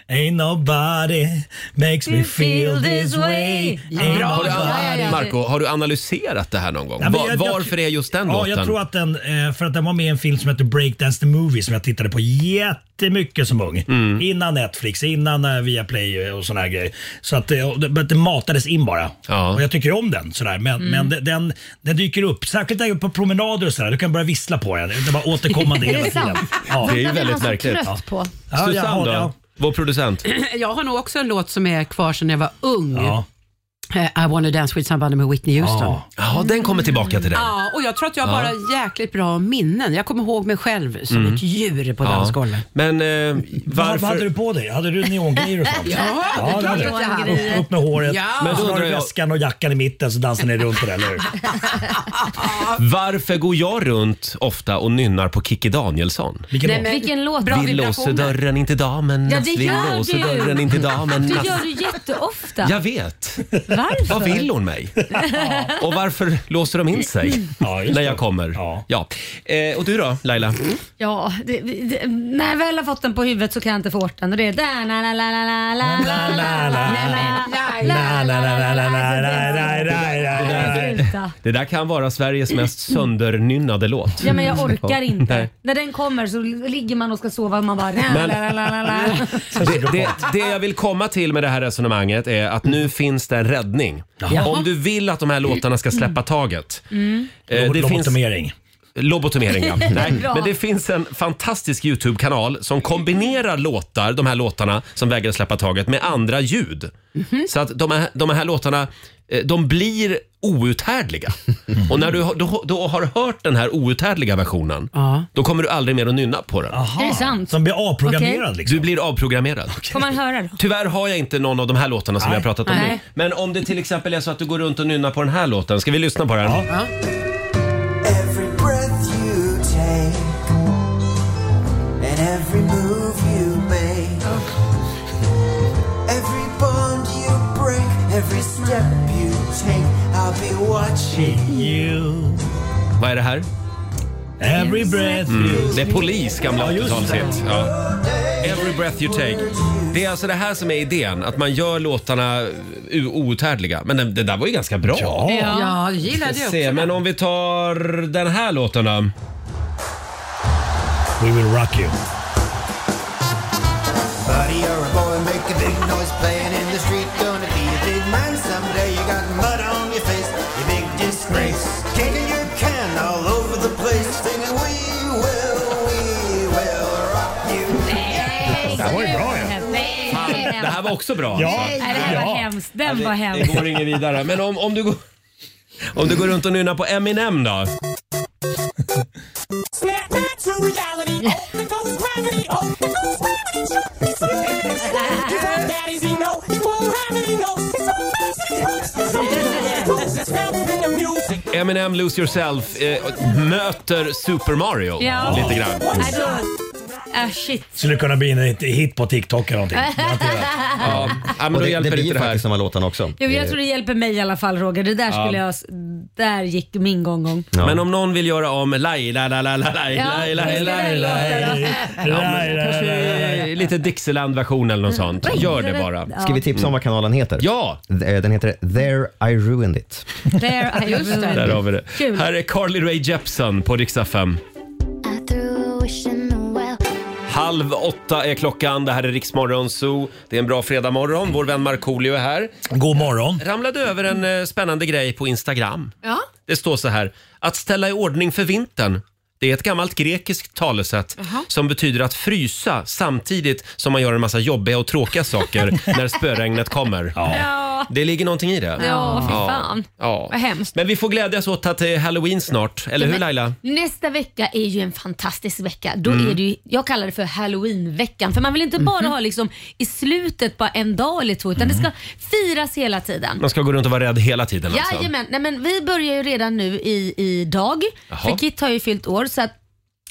I: Ain't nobody makes me feel this way. Ain't nobody.
B: Bra,
A: Har du,
B: ja, ja, ja.
A: Marco, har du analyserat det här någon gång?
I: Ja, men
A: Var,
I: jag- jag-
A: varför är just den
I: Ja,
A: låten?
I: jag tror att den, eh, för att den var med i en film som heter Breakdance the Movie som jag tittade på jättemycket som ung.
A: Mm.
I: Innan Netflix, innan eh, Viaplay och såna här grejer. Så att eh, och det, men det matades in bara.
A: Ja.
I: Och jag tycker om den sådär. Men,
C: Mm.
I: men de- den, den dyker upp, särskilt där på promenader och sådär. Du kan börja vissla på den. Det är bara återkommande hela tiden. Ja.
A: Det är ju
B: Den är
A: väldigt
B: man så
A: märkligt.
B: trött på.
I: Ja, jag
A: Susanne
I: har- ja.
A: då? Vår producent.
C: Jag har nog också en låt som är kvar sedan jag var ung.
I: Ja.
C: Eh, I wanna dance with somebody med Whitney Houston.
I: Ja.
A: Ja, den kommer tillbaka till dig.
C: Ja, och jag tror att jag har bara jäkligt bra minnen. Jag kommer ihåg mig själv som
I: Mm.
C: ett djur på dansgolvet.
A: Men eh,
I: Varför? Vad hade
A: varför...
I: du på dig? Hade du neongrejer och sånt?
C: Ja, det är
I: det
C: klart
I: hade
C: att jag
I: du.
C: hade.
I: Upp, upp med håret.
C: Ja.
I: Men
A: Men
I: så
A: då
I: har du
A: undrar jag-
I: väskan och jackan i mitten så dansar ni runt på det, eller hur?
A: Varför går jag runt ofta och nynnar på Kikki Danielsson?
I: Vilken
C: Nej,
I: låt?
C: men-
B: Vilken låt?
C: Bra
A: Vi låser
C: vibrationer.
A: dörren in till damernas.
B: Ja, det
A: Vi
B: gör
A: låser
B: du.
A: dörren in till
B: Det
A: damernas.
B: gör du jätteofta.
A: Jag vet.
B: Varför?
A: Vad vill hon mig? Och varför låser de in sig
I: Ja, just
A: när
I: det.
A: jag kommer?
I: Ja.
A: Ja. Eh, och du då Laila?
B: Ja, det, det, när jag väl har fått den på huvudet så kan jag inte få bort den. Och det är där, la la la la la la la la la la la la la Sluta.
A: Det där kan vara Sveriges mest söndernynnade låt.
B: Ja men jag orkar inte.
A: Nej.
B: När den kommer så ligger man och ska sova och man bara la la la la la.
A: Det, det, det jag vill komma till med det här resonemanget är att nu finns det en räddning. Om du vill att de här låtarna ska släppa taget.
B: Mm.
A: Eh, det finns
I: Lobotomering.
A: Lobotomering, ja. Nej,
B: Bra.
A: men det finns en fantastisk YouTube-kanal som kombinerar låtar, de här låtarna som vägrar släppa taget, med andra ljud. Så att de här, de här låtarna, eh, de blir outhärdliga. Och när du har- då, då har hört den här outhärdliga versionen,
C: Ja.
A: då kommer du aldrig mer att nynna på den.
B: Är det sant?
I: Som blir avprogrammerad
B: Okej.
A: Du
I: liksom.
A: blir avprogrammerad.
B: Får man höra då?
A: Tyvärr har jag inte någon av de här låtarna som
I: Nej.
A: vi har pratat om nu.
B: Nej.
A: Men om det till exempel är så att du går runt och nynnar på den här låten, ska vi lyssna på den?
D: Every breath you take and every move you make, every bond you break, every step you take, I'll be watching.
I: You,
A: Vad är det här?
I: every breath you...
A: Det är Polis gamla
I: Ja, just det.
A: 80-talshit. Ja. Every breath you take. Det är alltså det här som är idén, att man gör låtarna u- outhärdliga. Men den- det där var ju ganska bra.
I: Ja.
C: Ja, det gillade jag
A: Se,
C: också.
A: men om vi tar den här låten då.
I: We will rock you.
D: Buddy, you're a boy, make a big noise playing in the street. Gonna be a big man someday. You got mud on your face, you big disgrace. Kicking your can all over the place, singing, We will, we will rock you.
B: Nej,
I: här var ju bra, ja.
B: Nej,
A: Det här var också bra.
I: Ja.
A: alltså.
B: Nej, det här var
I: Ja.
B: hemskt. Den var
A: Det,
B: hemsk.
A: det går inget vidare. Men om, om, du går, om du går runt och nynnar på Eminem då?
D: Snap back to reality. Oh, there goes gravity. Oh, there goes gravity. It's so basic. He's on daddy's, he know. He won't have it, he knows. It's so basic. He knows. It's so basic. It's better than the music.
A: Eminem Lose Yourself eh, möter Super Mario
B: Ja.
A: lite grann.
B: Nej, då- Ah, shit.
I: Skulle kunna bli en hit- hit på TikTok eller någonting.
A: Ja, ja, men
G: Och
A: då
G: det, det
A: hjälper
G: blir
A: inte
G: ju
A: det här.
G: faktiskt de här låtarna också.
B: Jo, jag tror det hjälper mig i alla fall Roger. Det där skulle jag... Där gick min gongong.
G: Ja.
A: Men om någon vill göra om Laila, la, la, la, la,
B: Ja,
A: la, la,
B: visst är
A: la,
B: det
A: la,
B: låten då?
A: Kanske lite Dixieland-version eller något
B: Mm.
A: sånt. Gör det bara.
G: Ska vi tipsa om vad kanalen heter?
A: Ja,
G: Eh, Den heter There I Ruined It.
B: There I Just
A: där har vi det.
B: Kul.
A: Här är Carly Rae Jepsen på riksdag 5.
E: I threw a wish in the well.
A: Halv åtta är klockan. Det här är Riksmorgon Zoo. Det är en bra fredagmorgon. Vår vän Markoolio är här.
I: God morgon.
A: Ramlade över en eh, spännande grej på Instagram.
B: Ja.
A: Det står så här. Att ställa i ordning för vintern. Det är ett gammalt grekiskt talesätt som betyder att frysa samtidigt som man gör en massa jobbiga och tråkiga saker när spöregnet kommer.
B: Ja.
A: Det ligger någonting i det.
B: Ja, fy fan.
A: Ja.
B: Vad hemskt.
A: Men vi får glädjas åt att det är halloween snart. Eller hur Laila?
B: Nästa vecka är ju en fantastisk vecka. Då är det ju, jag kallar det för halloweenveckan. För man vill inte bara ha liksom i slutet bara en dag eller två utan det ska firas hela tiden.
A: Man ska gå runt och vara rädd hela tiden alltså.
B: Jajamän, nej men vi börjar ju redan nu i, i dag.
A: Jaha.
B: För Kit har ju fyllt år så att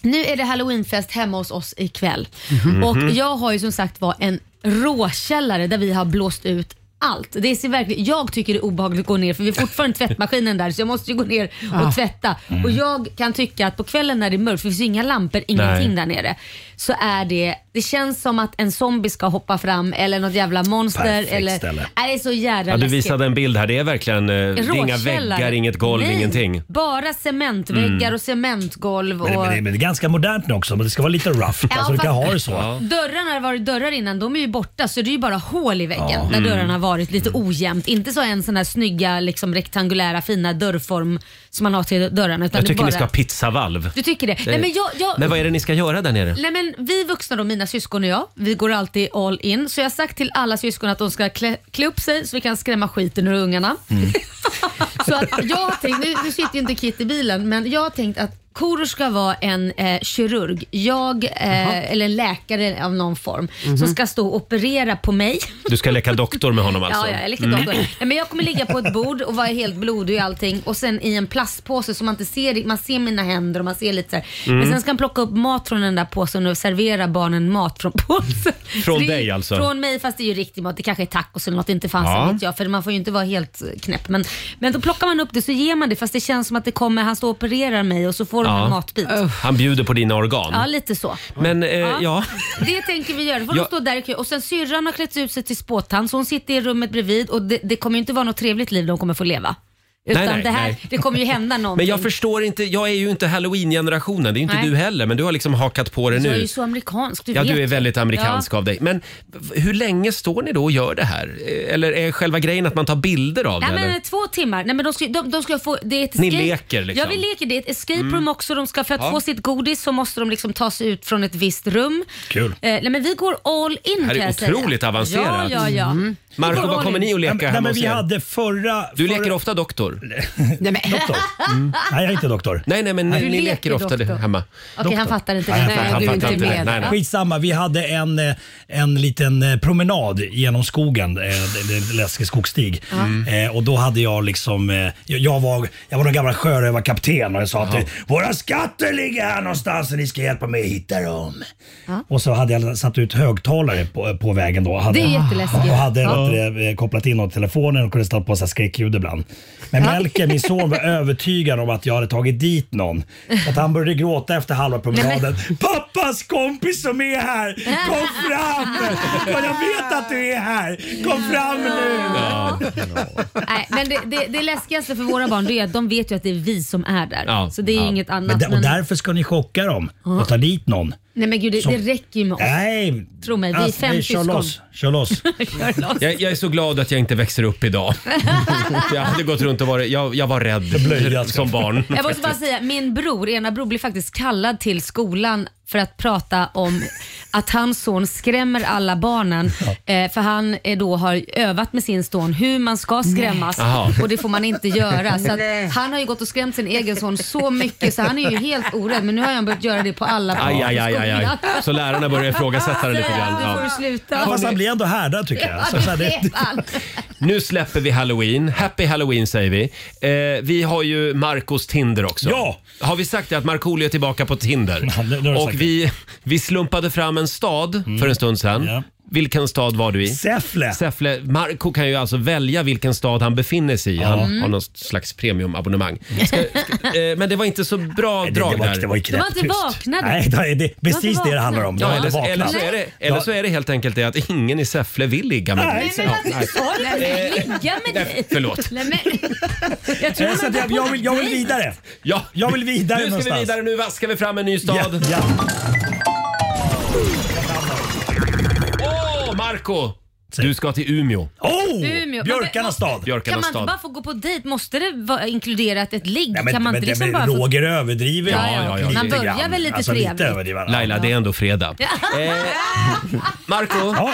B: nu är det halloweenfest hemma hos oss ikväll.
A: Mhm.
B: Och jag har ju som sagt var en råkällare där vi har blåst ut allt. Det ser verkligen, jag tycker det är obehagligt att gå ner för vi har fortfarande tvättmaskinen där så jag måste ju gå ner och
I: Ah.
B: tvätta.
I: Mm.
B: Och jag kan tycka att på kvällen när det är mörkt, för det finns ju inga lampor, ingenting där nere. Så är det, det känns som att en zombie ska hoppa fram eller något jävla monster.
I: Perfekt
B: eller,
I: ställe.
B: Nej, det är så jävla
A: Ja, du
B: läskigt.
A: visade en bild här. Det är verkligen eh, det är inga
B: Råkällare.
A: väggar, inget golv,
B: Nej,
A: ingenting. Mm.
B: Bara cementväggar och cementgolv. Och...
I: Men det, men, det, men det är ganska modernt nu också, men det ska vara lite rough.
B: Ja,
I: alltså, du kan
B: fast-
I: ha det så.
B: Dörrarna har varit dörrar innan, de är ju borta så det är ju bara hål i väggen där
A: Mm.
B: dörrarna har varit lite ojämnt. Inte så en sån här snygga liksom, rektangulära fina dörrform som man har till dörrarna. Utan
A: Jag
B: det är
A: tycker
B: bara...
A: ni ska ha pizzavalv.
B: Du tycker det? Nej, men jag, jag...
A: Men vad är det ni ska göra där nere?
B: Nej, men vi vuxna då, mina syskon och jag, vi går alltid all in. Så jag har sagt till alla syskon att de ska klä, klä upp sig så vi kan skrämma skiten ur ungarna. så att jag har tänkt, nu, nu sitter ju inte Kit i bilen, men jag har tänkt att Korosh vara en eh, kirurg, jag, eh, eller en läkare av någon form, som ska stå och operera på mig.
A: Du ska leka doktor med honom alltså?
B: Ja, ja, jag leker doktor. Nej, men jag kommer ligga på ett bord och vara helt blodig och allting och sen i en plastpåse så man inte ser, man ser mina händer och man ser lite så här.
A: Mm.
B: Men sen ska han plocka upp mat från den där påsen och servera barnen mat från påsen. Så det är-
A: dig alltså?
B: Från mig fast det är ju riktig mat. Det kanske är tacos eller något, inte fanns
A: Ja.
B: vet jag. För man får ju inte vara helt knäpp. Men, men då plockar man upp det så ger man det fast det känns som att det kommer, han står och opererar mig och så får de
A: Ja.
B: en matbit.
A: Mm. Han bjuder på dina organ?
B: Ja, lite så.
A: Men eh, ja.
B: Det tänker vi göra. Då får
A: Ja.
B: de stå där i kö. Och sen syrran har klätt ut sig till spåtant så hon sitter i rummet bredvid och det, det kommer ju inte vara något trevligt liv de kommer få leva. Utan
A: nej,
B: det här,
A: nej.
B: det kommer ju hända någonting.
A: Men jag förstår inte, jag är ju inte halloween-generationen, det är ju inte
B: Nej.
A: du heller, men du har liksom hakat på det
B: Du är
A: nu.
B: ju så amerikansk, du
A: Ja,
B: vet.
A: du är
B: ju.
A: väldigt amerikansk
B: Ja.
A: av dig. Men v- hur länge står ni då och gör det här? Eh, Eller är själva grejen att man tar bilder av det?
B: Nej
A: eller?
B: men två timmar. Nej, men de ska, de, de ska få, det är ett
A: Ni
B: escape.
A: leker liksom. Mm.
B: Ja vi leker. Det är ett escape room också. De ska, för att
A: Ja.
B: få sitt godis så måste de liksom ta sig ut från ett visst rum.
A: Kul.
B: Eh, nej, men vi går all in
A: här
B: kan
A: är
B: jag säga.
A: otroligt avancerat. Mm.
B: Ja, ja, ja. Vi
A: Marco,
B: går
A: vad
B: all
A: kommer
B: in.
A: ni att leka
I: Nej,
A: hemma
I: men
A: hos
I: vi
A: er?
I: hade förra...
A: Du
I: förra,
A: leker ofta doktor?
C: Nej, men,
I: Doktor? Nej, jag är inte doktor.
A: Nej, nej, men ni,
B: Du
A: ni
B: leker
A: leker ofta
B: doktor.
A: det hemma.
B: Okej, han fattar inte.
I: Nej,
B: det.
I: han fattar-
C: han
B: du är
C: fattar inte det.
B: med.
A: Nej, nej.
I: Skitsamma, vi hade en, eh, en liten eh, promenad genom skogen, eh, det- det- det läskig skogsstig.
B: Mm.
I: Eh, Och då hade jag liksom, eh, jag- jag var, jag var den gamla sjörövarkapten och jag sa att eh, våra skatter ligger här någonstans och ni ska hjälpa mig att hitta dem. Och så hade jag satt ut högtalare på, eh, på vägen då. Hade,
B: Det är jätteläskigt.
I: Och hade
B: Ja.
I: vet du det, eh, kopplat in något i telefonen och kunde ställa på så här skräckljud ibland. Men Melker, min son, var övertygad om att jag hade tagit dit någon. Så Att han började gråta efter halva promenaden. Pappas kompis som är här, kom fram! Ja, Jag vet att du är här, kom fram nu!
B: Nej, men det, det, det läskigaste för våra barn det är att de vet ju att det är vi som är där.
A: Ja.
B: Så det är ju inget
I: Men
B: annat.
I: där-
B: Men
I: och därför ska ni chocka dem och ta dit någon.
B: nej men gud, det, det räcker ju med
I: Äh.
B: oss.
I: Nej!
B: Tro mig, vi är
I: Alltså,
B: fem
I: nej, Kör
B: syskon.
I: loss, kör loss.
B: Kör loss.
A: Jag, jag är så glad att jag inte växer upp idag. jag hade gått runt och varit, jag, jag var rädd
I: Förblöjad.
A: som barn.
B: Jag måste bara säga, min bror, ena bror blir faktiskt kallad till skolan för att prata om att hans son skrämmer alla barnen. Eh, för han eh, då har övat med sin son hur man ska skrämmas
A: Jaha.
B: och det får man inte göra. Så att, han har ju gått och skrämt sin egen son så mycket så han är ju helt orädd. Men nu har han börjat göra det på alla barn
A: Aj,
B: i
A: aj, aj, aj, aj.
B: skolan.
A: Så lärarna börjar ifrågasätta det lite
B: Nej,
A: grann.
B: Nu får
A: Ja.
B: du sluta.
I: Fast han blir ändå härdad tycker jag. Alltså, Så, så här, det,
A: Nu släpper vi halloween. Happy halloween säger vi. Eh, vi har ju Marcos Tinder också.
I: Ja!
A: Har vi sagt det att Markoolio är tillbaka på Tinder?
I: Ja, det- det har du
A: och
I: sagt.
A: vi, vi slumpade fram en stad för en stund sedan.
I: Mm. Ja.
A: Vilken stad var du i?
I: Säffle!
A: Säffle. Marco kan ju alltså välja vilken stad han befinner sig i. Han har någon slags premiumabonnemang. Ska, ska, eh, men det var inte så bra
I: Nej, det,
A: drag
I: det var,
A: där.
I: det var ju
B: De var inte
I: knäpptyst.
B: vaknade.
I: Nej, det är det, precis
B: inte
I: det det
B: vaknade.
I: handlar om. De
A: Ja,
I: var inte
A: eller, eller,
I: vakna.
A: så är det, eller så är det helt enkelt det att ingen i Säffle vill ligga med dig.
I: Nej,
B: Men
A: Ja,
B: vad sa du? Ligga med
A: Nej,
B: dig?
A: förlåt.
B: Nej, men, jag tror
I: Eh, Så
B: man
I: att
B: tar
I: Eh, jag,
B: på
I: jag, vill, jag vill vidare.
A: Ja.
I: Jag vill vidare
A: Nu ska vi
I: någonstans.
A: vidare, nu vaskar vi fram en ny stad.
I: Ja, ja.
A: Åh, Marco! Du ska till Umeå,
I: Oh,
B: Umeå.
I: Björkarnas
B: Men-
I: stad.
B: Kan man
A: Björkarnas
B: inte
A: stad.
B: bara få gå på dejt? Måste det vara inkluderat ett ligg?
I: Nej, men,
B: kan man
I: men,
B: inte liksom
I: men,
B: bara få...
I: Roger överdriver
A: Ja, ja, ja,
I: lite
A: man
B: börjar
I: grann.
B: väl lite
I: alltså,
B: trevligt.
I: Lite överdriva.
A: Laila, det är ändå fredag. Eh, Marco,
I: Ja.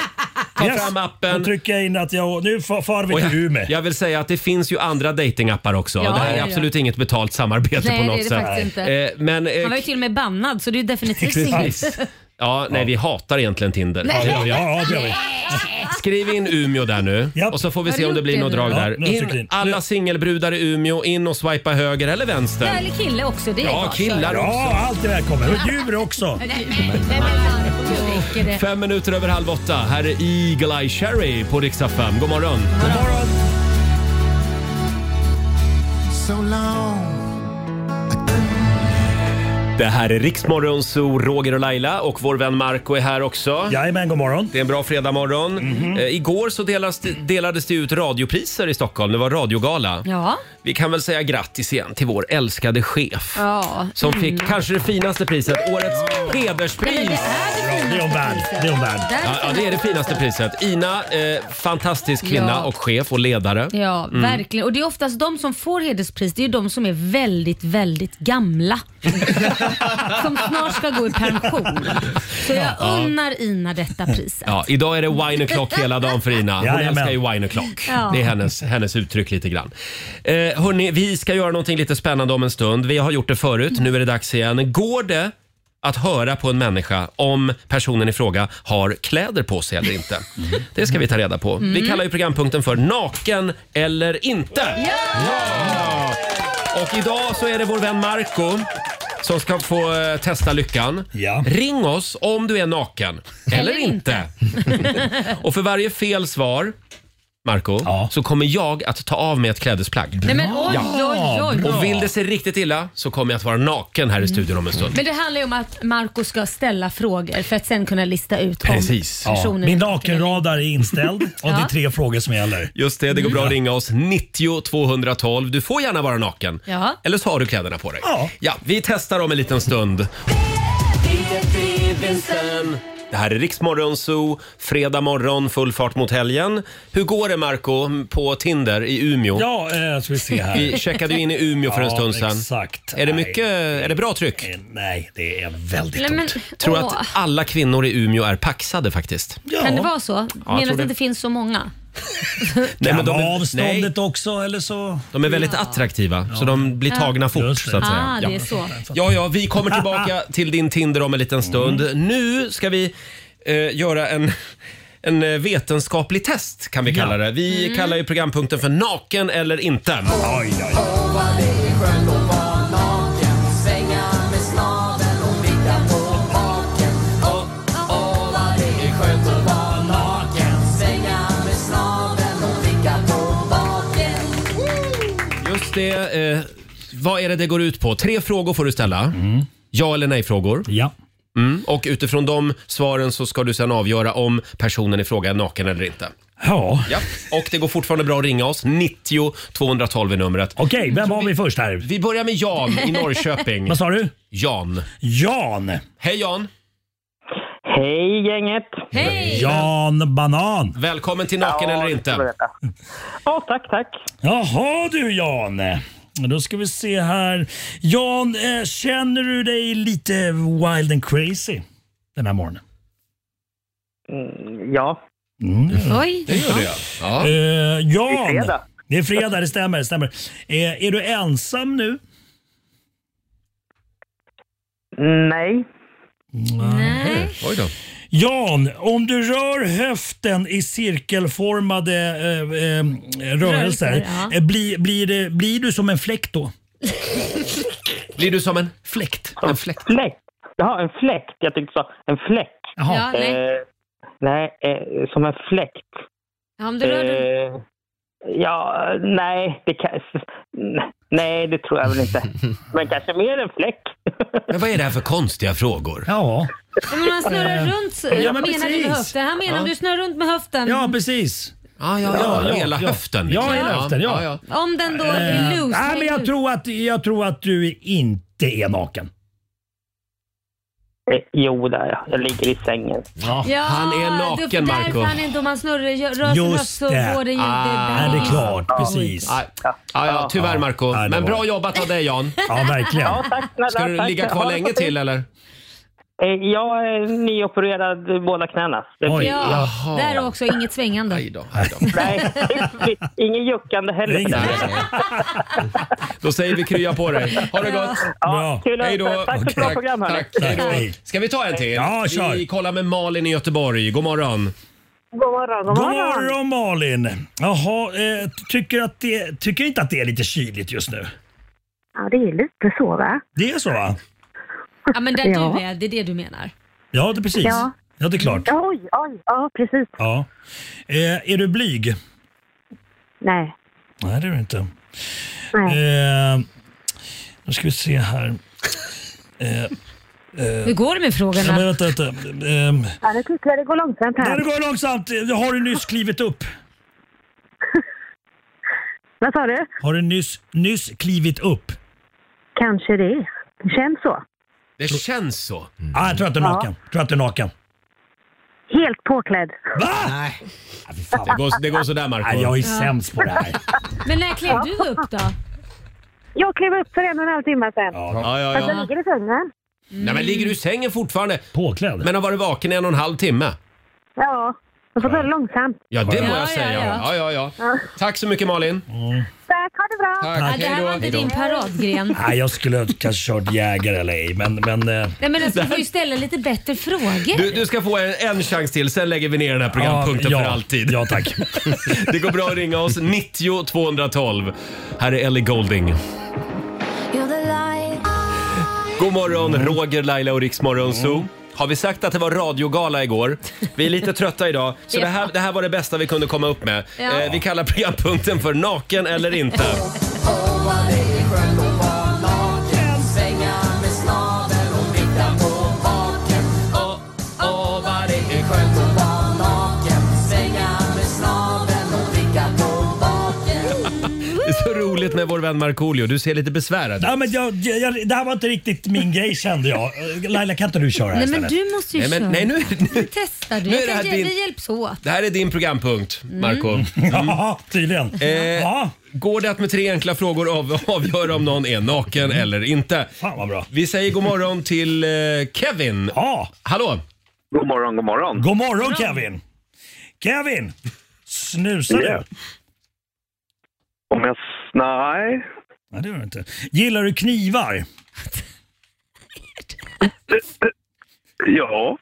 A: Ta fram appen.
I: Då trycker jag in att jag... Nu far, far vi
A: och
I: till
A: jag,
I: Umeå.
A: jag vill säga att det finns ju andra datingappar också.
B: Ja,
A: det här
B: ja,
A: är
B: ja.
A: absolut inget betalt samarbete
B: Nej,
A: på
B: det
A: något
B: är det
A: sätt.
B: faktiskt inte.
A: Eh, men, eh,
B: Han var ju till och med bannad så det är ju definitivt
A: precis.
B: inget.
A: Ja, nej, vi hatar egentligen Tinder.
I: Ja, ja, det gör vi.
A: Skriv in Umeå där nu
I: Japp.
A: och så får vi
B: Har
A: se
B: du
A: om det
B: gjort
A: blir
B: det
A: något
B: nu?
A: drag
I: Ja,
A: där.
I: nu har jag tryckt
A: In,
I: in.
A: alla singelbrudar i Umeå, in och swipa höger eller
B: Ja,
A: vänster.
B: Eller kille också, det är
A: Ja,
B: bara-
A: killar
I: Ja,
A: också.
I: allt är välkommet. Och djur också.
B: Nej, nej, nej, men jag tänker det.
A: Fem minuter över halv åtta. Här är Eagle Eye Cherry på riksdag 5. God morgon!
I: God morgon.
A: Det här är Riksmorgon, så Roger och Laila och vår vän Marco är här också.
I: Jajamän, god morgon.
A: Det är en bra fredagmorgon.
B: Mhm.
A: Eh, igår så delades, delades det ut radiopriser i Stockholm. Det var radiogala.
B: Ja.
A: Vi kan väl säga grattis igen till vår älskade chef.
B: Ja.
A: Som fick kanske det finaste priset, årets hederspris.
B: Nej, men det
I: Bra, Det
B: är det
I: är hon värd. Det är hon värd.
A: Ja,
B: där.
A: ja, det är det finaste priset. Ina, eh, fantastisk kvinna
B: Ja.
A: och chef och ledare.
B: Ja,
A: Mm.
B: verkligen. Och det är oftast de som får hederspris, det är ju de som är väldigt, väldigt gamla. som snart ska gå i pension. Så jag unnar Ina detta priset.
A: Ja, idag är det wine o'clock hela dagen för Ina. Hon
I: Jajamän.
A: älskar ju wine o'clock.
B: Ja.
A: Det är hennes, hennes uttryck lite grann. Eh, hörni, vi ska göra någonting lite spännande om en stund. Vi har gjort det förut, nu är det dags igen. Går det att höra på en människa om personen i fråga har kläder på sig eller inte? Det ska vi ta reda på. Vi kallar ju programpunkten för Naken eller inte. Ja! Och idag så är det vår vän Marco som ska få eh, testa lyckan.
I: Ja.
A: Ring oss om du är naken eller inte. Och för varje fel svar Marco,
I: Ja.
A: så kommer jag att ta av mig ett klädesplagg.
B: Nej men oj, oj, oj.
A: Och vill det sig riktigt illa så kommer jag att vara naken här i studion om en stund.
B: Men det handlar ju om att Marco ska ställa frågor för att sen kunna lista ut om
A: Precis. Ja.
B: personen
I: Min nakenradar är inställd och det är tre frågor som gäller.
A: Just det, det går bra att ringa oss. 90 212. Du får gärna vara naken.
B: Ja.
A: Eller så har du kläderna på dig.
I: Ja.
A: vi testar om en liten stund. Det här är Riksmorgon Zoo, fredag morgon, full fart mot helgen. Hur går det Marco på Tinder i Umeå?
I: Ja, eh, ska vi se här.
A: Vi checkade ju in i Umeå för en
I: Ja,
A: stund sedan.
I: exakt.
A: Är det
I: Nej.
A: mycket, är det bra tryck?
I: Eh, Nej, det är väldigt
B: Nej, men,
I: ont.
A: Tror
B: åh,
A: att alla kvinnor i Umeå är paxade faktiskt.
I: Ja.
B: Kan det vara så? Menar du
A: tror
B: att det
A: det.
B: inte finns så många?
A: Nej,
I: Kan vara
A: är, nej,
I: avståndet också eller så...
A: de är väldigt attraktiva så de blir tagna fort
I: Just det.
A: så att säga.
B: Ah, det är så.
A: Ja, ja, vi kommer tillbaka till din Tinder om en liten stund.
I: Mm.
A: Nu ska vi eh, göra en, en eh, vetenskaplig test kan vi kalla det. Vi
B: Mm.
A: kallar ju programpunkten för Naken eller inte.
I: Oj, oj, oj.
A: Just det, eh, vad är det det går ut på? Tre frågor får du ställa.
I: Mm.
A: Ja eller nej-frågor.
I: Ja.
A: Mm. Och utifrån de svaren så ska du sedan avgöra om personen i fråga är naken eller inte.
I: ja.
A: Ja. Och det går fortfarande bra att ringa oss. 90 212 är numret.
I: Okej, vem har vi först här?
A: Vi börjar med Jan i Norrköping.
I: Vad sa du?
A: Jan.
I: Jan.
A: Hej Jan!
F: Hej gänget!
B: Hej!
I: Jan Banan.
A: Välkommen till Naken eller inte.
F: Ja, tack, tack.
I: Jaha du Jan. Då ska vi se här. Jan, eh, känner du dig lite wild and crazy den här morgonen?
F: Mm, Ja.
B: Oj.
A: Ja.
I: Eh, Jan.
F: Det är fredag.
I: Det är fredag, det stämmer. Det stämmer. Eh, är du ensam nu?
F: Nej.
B: Nej.
A: Oj då.
I: Jan, om du rör höften i cirkelformade eh, eh, rörelser,
B: ja.
I: eh, blir, blir, det, blir du som en fläkt då?
A: Blir du som en fläkt? En fläkt.
F: Fläkt? Jaha, en fläkt. Jag tänkte så. En fläck.
I: Jaha.
B: Ja, nej.
F: Eh, nej, eh, som en fläkt.
B: Ja, om du rör dig-
F: Eh, ja, nej, det kan, Nej, det tror jag väl inte. Men kanske mer en fläck.
A: Men vad är det här för konstiga frågor?
I: Ja.
B: Men man snurrar runt
I: Eh, Ja, men
B: menar du med
I: precis.
B: höften. Han menar om du snurrar runt med höften.
I: ja, precis.
A: Ah, Ja, ja,
I: Ja,
A: ja.
I: ja,
A: Hela
I: ja.
A: höften. liksom.
I: Ja, hela höften, ja.
B: Om den då är loose.
I: Eh, Nej, men jag,
B: ut.
I: tror att, jag tror att du inte är naken.
F: Eh, jo, där ja. Jag ligger i sängen.
B: Ja,
A: Han är naken,
B: det är därför
A: Marco.
B: Han inte, om han snurrar, gör- rör sig
I: Just
B: höft så
I: det.
B: går det ju inte.
A: Ah,
I: Är det
B: bra.
I: klart? Precis.
A: Ja, ja, Ah, ja tyvärr Marco.
I: Ja, det
A: Men
I: var-
A: bra jobbat av dig Jan.
I: Ja, verkligen.
F: Ja, tack snälla.
A: Ska du
F: tack.
A: ligga
F: Ha
A: kvar
F: det
A: länge
F: så fint.
A: till eller?
F: Eh, jag är nyopererad i båda knäna. Det
I: Oj.
F: blir,
B: Ja,
A: Jaha.
B: där är också inget svängande.
A: Aj då, aj då.
F: nej, det blir ingen juckande heller.
I: Ring.
A: Nej, nej. Då säger vi krya på dig. Ha det gott!
I: Bra.
F: Kul att
A: Hej då!
F: höra. Tack för ett bra
A: Tack,
F: program, hörni.
A: tack, hej då.
I: Hej.
A: Ska vi ta en till?
I: Ja, kör.
A: Vi kollar med Malin i Göteborg. God morgon.
F: God morgon, god
I: God
F: morgon.
I: morgon Malin! Jaha, eh, tycker, att det, tycker inte att det är lite kyligt just nu?
F: Ja, det är lite så, va?
I: Det är så va?
B: Ja, men där
F: Ja.
B: du är, det är det du menar.
I: Ja, det precis. Ja,
F: Ja.
I: det är klart.
F: Oj, oj, ja precis.
I: Ja. Eh, är du blyg?
F: Nej.
I: Nej, det är du inte.
F: Nej.
I: Eh, nu ska vi se här.
B: Hur går
I: Ja,
B: det med
I: men
B: frågorna?
I: vänta, vänta. Eh,
F: Ja, nu tycker jag det går långsamt
I: när det
F: här.
I: går långsamt, eh, har du nyss klivit upp?
F: Vad sa du?
I: Har du nyss, nyss klivit upp?
F: Kanske det. Det känns så.
A: Det känns så.
I: Ah, jag tror att du är naken. Tror att du är naken.
F: Helt påklädd.
I: Va?
G: Nej.
I: Ah, fy fan.
A: Det går, det går sådär
I: Nej, jag
A: Marco.
I: är sämst på det här.
B: Men när klev du upp då?
F: Jag klev upp för en och en halv timme sedan.
A: Ja, ja,
F: Jag
A: ja.
F: ligger i sängen.
A: Nej, men ligger du i sängen fortfarande?
I: Påklädd?
A: Men har varit vaken i en och en halv timme?
F: Ja, jag får ta det långsamt.
A: Ja, det må
B: Ja,
A: jag
B: ja,
A: säga.
B: ja.
A: Ja, ja, ja. Tack så mycket Malin.
F: Tack
E: Tack, ha det bra.
B: Ja,
I: Tack.
B: det här var inte din paradgren.
I: Nej, jag skulle kanske kört jägare eller ej, men... men eh,
B: Nej, men alltså, du får ju ställa lite bättre frågor.
A: Du, du ska få en, en chans till, sen lägger vi ner den här programpunkten
I: ja,
A: för alltid.
I: Ja, tack.
A: Det går bra att ringa oss, 90 212. Här är Ellie Golding.
E: You're the light.
A: God morgon, Roger, Laila och Riksmorgon Zoo. Har vi sagt att det var radiogala igår? Vi är lite trötta idag, så det här, det här var det bästa vi kunde komma upp med.
B: Ja.
A: Eh, vi kallar programpunkten för Naken eller inte. Det är så roligt med vår vän Markoolio. Du ser lite besvärad ut.
I: Nej, men jag, jag, jag, det här var inte riktigt min grej kände jag. Eh, Laila, kan inte du köra här
B: Nej men
I: istället?
B: du måste ju
A: Nej, men,
B: köra.
A: nej nu, nu.
B: Testar du.
A: Nu är
B: Jag
A: det här
B: tänker,
A: din-
B: Vi hjälps åt.
A: Det här är din programpunkt, Marco.
I: Ja, tydligen.
A: Eh.
I: Ja,
A: Går det att med tre enkla frågor av, avgöra om någon är naken eller inte?
I: fan vad bra.
A: Vi säger god morgon till eh, Kevin.
I: Ja,
A: Hallå!
J: God morgon, god morgon.
I: god morgon Kevin. Kevin! Snusar
J: Ja.
I: du?
J: Om jag... s- Nej.
I: Nej, det gör du inte. Gillar du knivar?
J: Ja.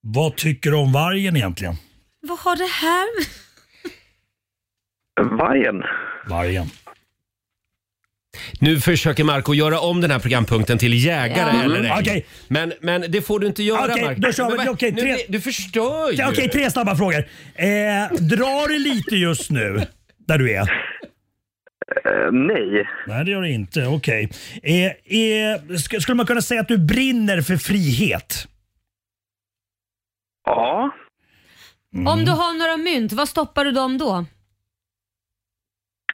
I: Vad tycker du om vargen egentligen?
B: Vad har det här med-
J: Vargen.
I: Vargen.
A: Nu försöker Marco göra om den här programpunkten till jägare
B: Ja.
A: eller ej.
I: Okej.
A: Men, men det får du inte göra
I: Okej,
A: Marco.
I: då kör vi.
A: Men vad-
I: Okej,
A: nu,
I: tre-
A: det- Du förstör ju.
I: Ja, Okej, tre snabba frågor. Eh, drar det lite just nu där du är?
J: Eh, nej.
I: Nej, det gör det inte. Okej. Eh, eh, sk- skulle man kunna säga att du brinner för frihet?
J: Ja.
B: Om du har några mynt, vad stoppar du dem då?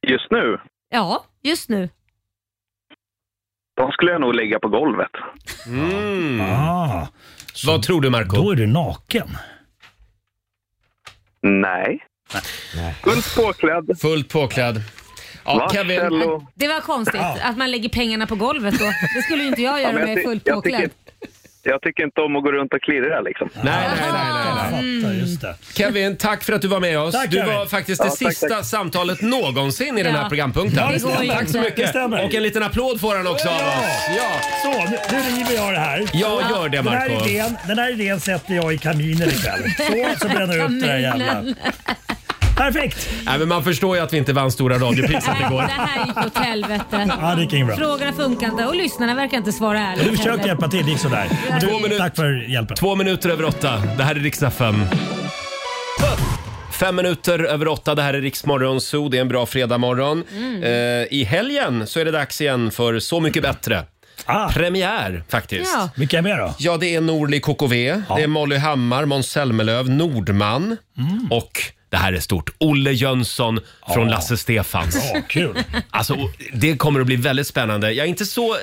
J: Just nu.
B: Ja, just nu.
J: De skulle jag nog lägga på golvet.
A: Mm.
I: Ah,
A: Vad tror du Marco?
I: då är du naken.
J: Nej. Fullt påklädd.
A: Fullt påklädd. Ja,
J: Varsel
A: Kevin.
J: och...
B: Det var konstigt att man lägger pengarna på golvet då. Det skulle ju inte jag göra
J: Ja,
B: om
J: men
B: jag är
J: ty-
B: fullt
J: jag tycker-
B: påklädd.
J: Jag tycker inte om att gå runt och klirra liksom.
A: Nej, nej, nej, nej, nej.
I: Jag fattar, just det.
A: Kevin, tack för att du var med oss.
I: Ah. Tack,
A: du
I: Kevin.
A: var faktiskt det
J: Ja, tack,
A: sista
J: tack.
A: samtalet någonsin i den här
B: Ja.
A: programpunkten.
I: Ja, det går ju
A: tack så
B: inte.
I: Det
A: mycket.
I: stämmer.
A: Och en liten applåd får han också av
I: Ja.
A: oss. Ja,
I: Så, nu, nu river jag det här.
A: jag gör det
I: Den här,
A: Marco.
I: idén, den här idén sätter jag i kaminen ikväll. Så, så bränner jag upp det här jävla.
B: Kaminen.
I: Perfekt!
A: Nej, Äh, men man förstår ju att vi inte vann stora radiopriset
B: Nej,
A: igår.
B: det här gick åt helvete.
I: Ja, det gick inget bra.
B: Frågorna funkar inte och lyssnarna verkar inte svara ärligt.
I: Du försökte
B: heller.
I: hjälpa till, det gick sådär. Men
A: Två
I: Du,
A: minuter.
I: tack för hjälpen.
A: Två minuter över åtta. Det här är riksdag fem. Fem minuter över åtta, det här är Riksmorgon Zoo. Det är en bra fredagmorgon.
I: Mm.
A: Eh, I helgen så är det dags igen för Så mycket bättre.
I: Ah,
A: Premiär faktiskt.
B: Ja.
I: vilka är med då?
A: Ja, det är Norli KKV, det är Molly Hammar, Måns Zelmerlöw, Nordman
I: Mm.
A: och det här är stort. Olle Jönsson från Lasse Stefans.
I: Ja, kul.
A: Alltså, o- det kommer att bli väldigt spännande. Jag är inte så eh,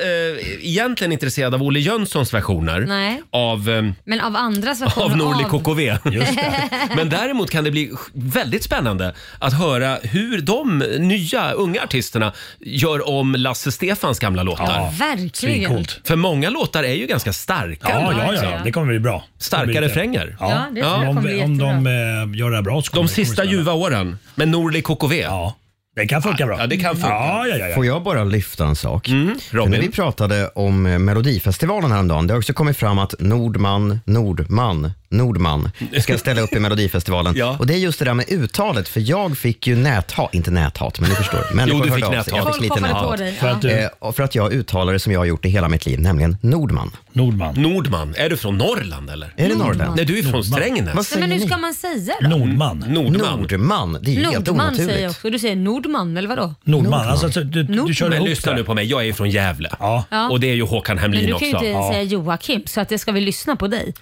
A: egentligen intresserad av Olle Jönssons versioner
B: Nej.
A: av, eh,
B: Men av andra så kommer
A: av Norli
B: av-
A: KKV.
I: Just det.
A: Men däremot kan det bli sj- väldigt spännande att höra hur de nya unga artisterna gör om Lasse Stefans gamla låtar.
I: Ja.
B: Verkligen.
I: Svincoolt.
A: För många låtar är ju ganska starka.
I: Ja, ja,
B: Ja,
I: ja,
B: ja.
I: det kommer bli bra.
A: Starka refränger.
B: Ja, det tror jag kommer bli
I: Om, om de
B: jättebra.
I: eh, gör det här bra så kommer
A: De
I: det- kommer
A: sista
I: det stämma.
A: ljuva åren med Norli KKV.
I: Ja, det kan funka bra.
A: Ja, det kan funka.
I: Ja, ja, ja. ja.
G: Får jag bara lyfta en sak?
A: Robin?
G: När vi pratade om eh, Melodifestivalen häromdagen, det har också kommit fram att Nordman, Nordman, Nordman ska ställa upp i Melodifestivalen.
A: Ja.
G: Och det är just det där med uttalet, för jag fick ju näthat, inte näthat, men ni förstår. Människor
A: Jo, du
G: hörde
A: fick
G: av sig.
A: näthat.
G: Jag fick
B: Folk
G: lite
B: hoppade på
G: näthat.
B: dig.
I: För
B: Ja.
I: att du,
G: Eh, och för att jag uttalar det som jag har gjort i hela mitt liv, nämligen Nordman.
I: Nordman.
A: Nordman, är du från Norrland eller?
G: Är det Norrland?
A: Nej, du är från Strängnäs.
G: Vad
B: Nej,
G: säger
B: men hur
G: ni?
B: ska man säga då?
I: Nordman.
A: Nordman.
G: Nordman, det är ju helt
B: Nordman säger jag
G: onaturligt.
B: också. Du säger Nordman eller vadå?
I: Nordman. Alltså, du, du, du kör
A: Men
I: ihop
A: lyssna
I: det.
A: nu på mig, jag är från Gävle.
I: Ja.
B: Ja.
A: Och det är ju Håkan
B: Men
A: Hemlin
B: du kan ju
A: också.
B: inte säga Joakim så att det ska vi lyssna på dig.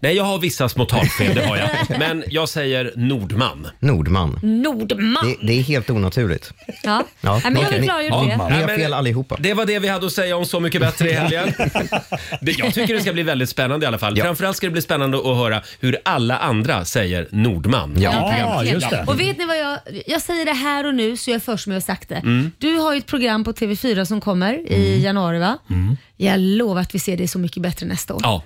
A: Nej, jag har vissa små talfel, det har jag. Men jag säger Nordman.
G: Nordman.
B: Nordman.
G: Det, det är helt onaturligt.
B: Ja.
G: Ja,
B: Nej, men jag
G: okej.
B: vill klargöra
I: Nordman.
B: det.
G: Ni
A: Nej,
G: har
A: men-
G: fel allihopa.
A: Det var det vi hade att säga om Så mycket bättre i helgen. Det, jag tycker det ska bli väldigt spännande i alla fall. Framförallt ska det bli spännande att höra hur alla andra säger Nordman.
G: Ja.
I: Ja,
B: Verkligen.
I: just det.
B: Och vet ni vad jag, jag säger det här och nu så jag är först med att ha sagt det.
A: Mm.
B: Du har ju ett program på TV4 som kommer i januari va? Jag lovar att vi ser det Så mycket bättre nästa år.
A: Mm. Ja.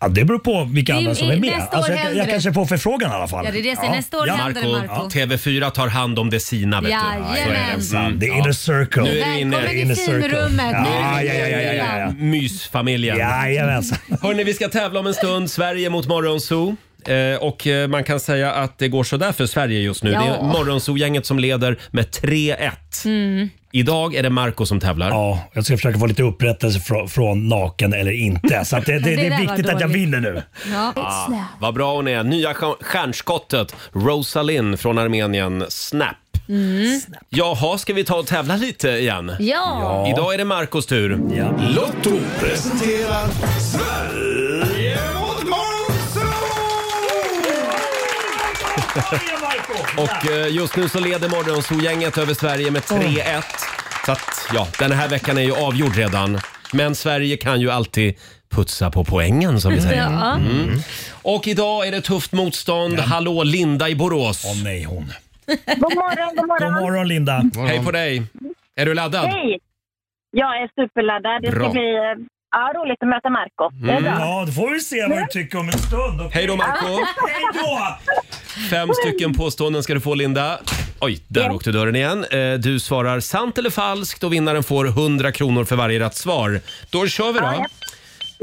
I: Ja, det beror på vilka
B: Det är-
I: andra som är med.
B: nästa år
I: Alltså, jag,
B: händer
I: jag
B: det.
I: kanske får förfrågan i alla fall.
B: Ja, det är det jag säger. Nästa år händer det, Marco.
A: TV4 tar hand om det sina vet du.
B: Jajamän.
A: Mm,
I: The inner circle.
A: Nu är vi inne
B: Välkommen i finrummet. Nu är
I: Ja,
B: vi
I: ja, ja, ja, ja, ja, ja.
A: Mysfamiljen.
I: Jajamensan.
A: Hörni, vi ska tävla om en stund. Sverige mot Morgonzoo. Eh, och eh, man kan säga att det går sådär för Sverige just nu.
B: Ja.
A: Det är Morgonzoo-gänget som leder med 3-1.
B: Mm.
A: Idag är det Marco som tävlar.
I: Ja, jag ska försöka få lite upprättelse från, från naken eller inte. Så att det, det,
B: Det
I: det
B: där
I: är
B: var
I: viktigt att jag
B: dåligt.
I: vinner nu.
A: Ah, vad bra hon är. Nya stjär- stjärnskottet Rosalind från Armenien. Snap.
B: Mm.
A: Jaha, ska vi ta och tävla lite igen?
B: Ja. Ja.
A: Idag är det Marcos tur. Lotto presenterar Sverige mot Och eh, just nu så leder Morgonzoo-gänget över Sverige med 3-1. Så att, ja, den här veckan är ju avgjord redan. Men Sverige kan ju alltid putsa på poängen som vi säger.
B: Ja.
A: Mm. Och idag är det tufft motstånd. Hallå, Linda i Borås. Åh
I: nej, hon.
K: God morgon, god morgon.
I: God morgon Linda.
A: Hej på dig. Är du laddad?
K: Hej! Jag är superladdad. Det
A: Bra.
K: ska bli eh, ja, roligt att möta Marco. Det är
A: Mm.
K: bra.
I: Ja, då får vi se vad du tycker om en stund. okej?
A: Hej då, Marco.
I: Hej då!
A: Fem stycken påståenden ska du få Linda. Oj, där åkte dörren igen. Eh, Du svarar sant eller falskt och vinnaren får 100 kronor för varje rätt svar. Då kör vi då.
K: Ja,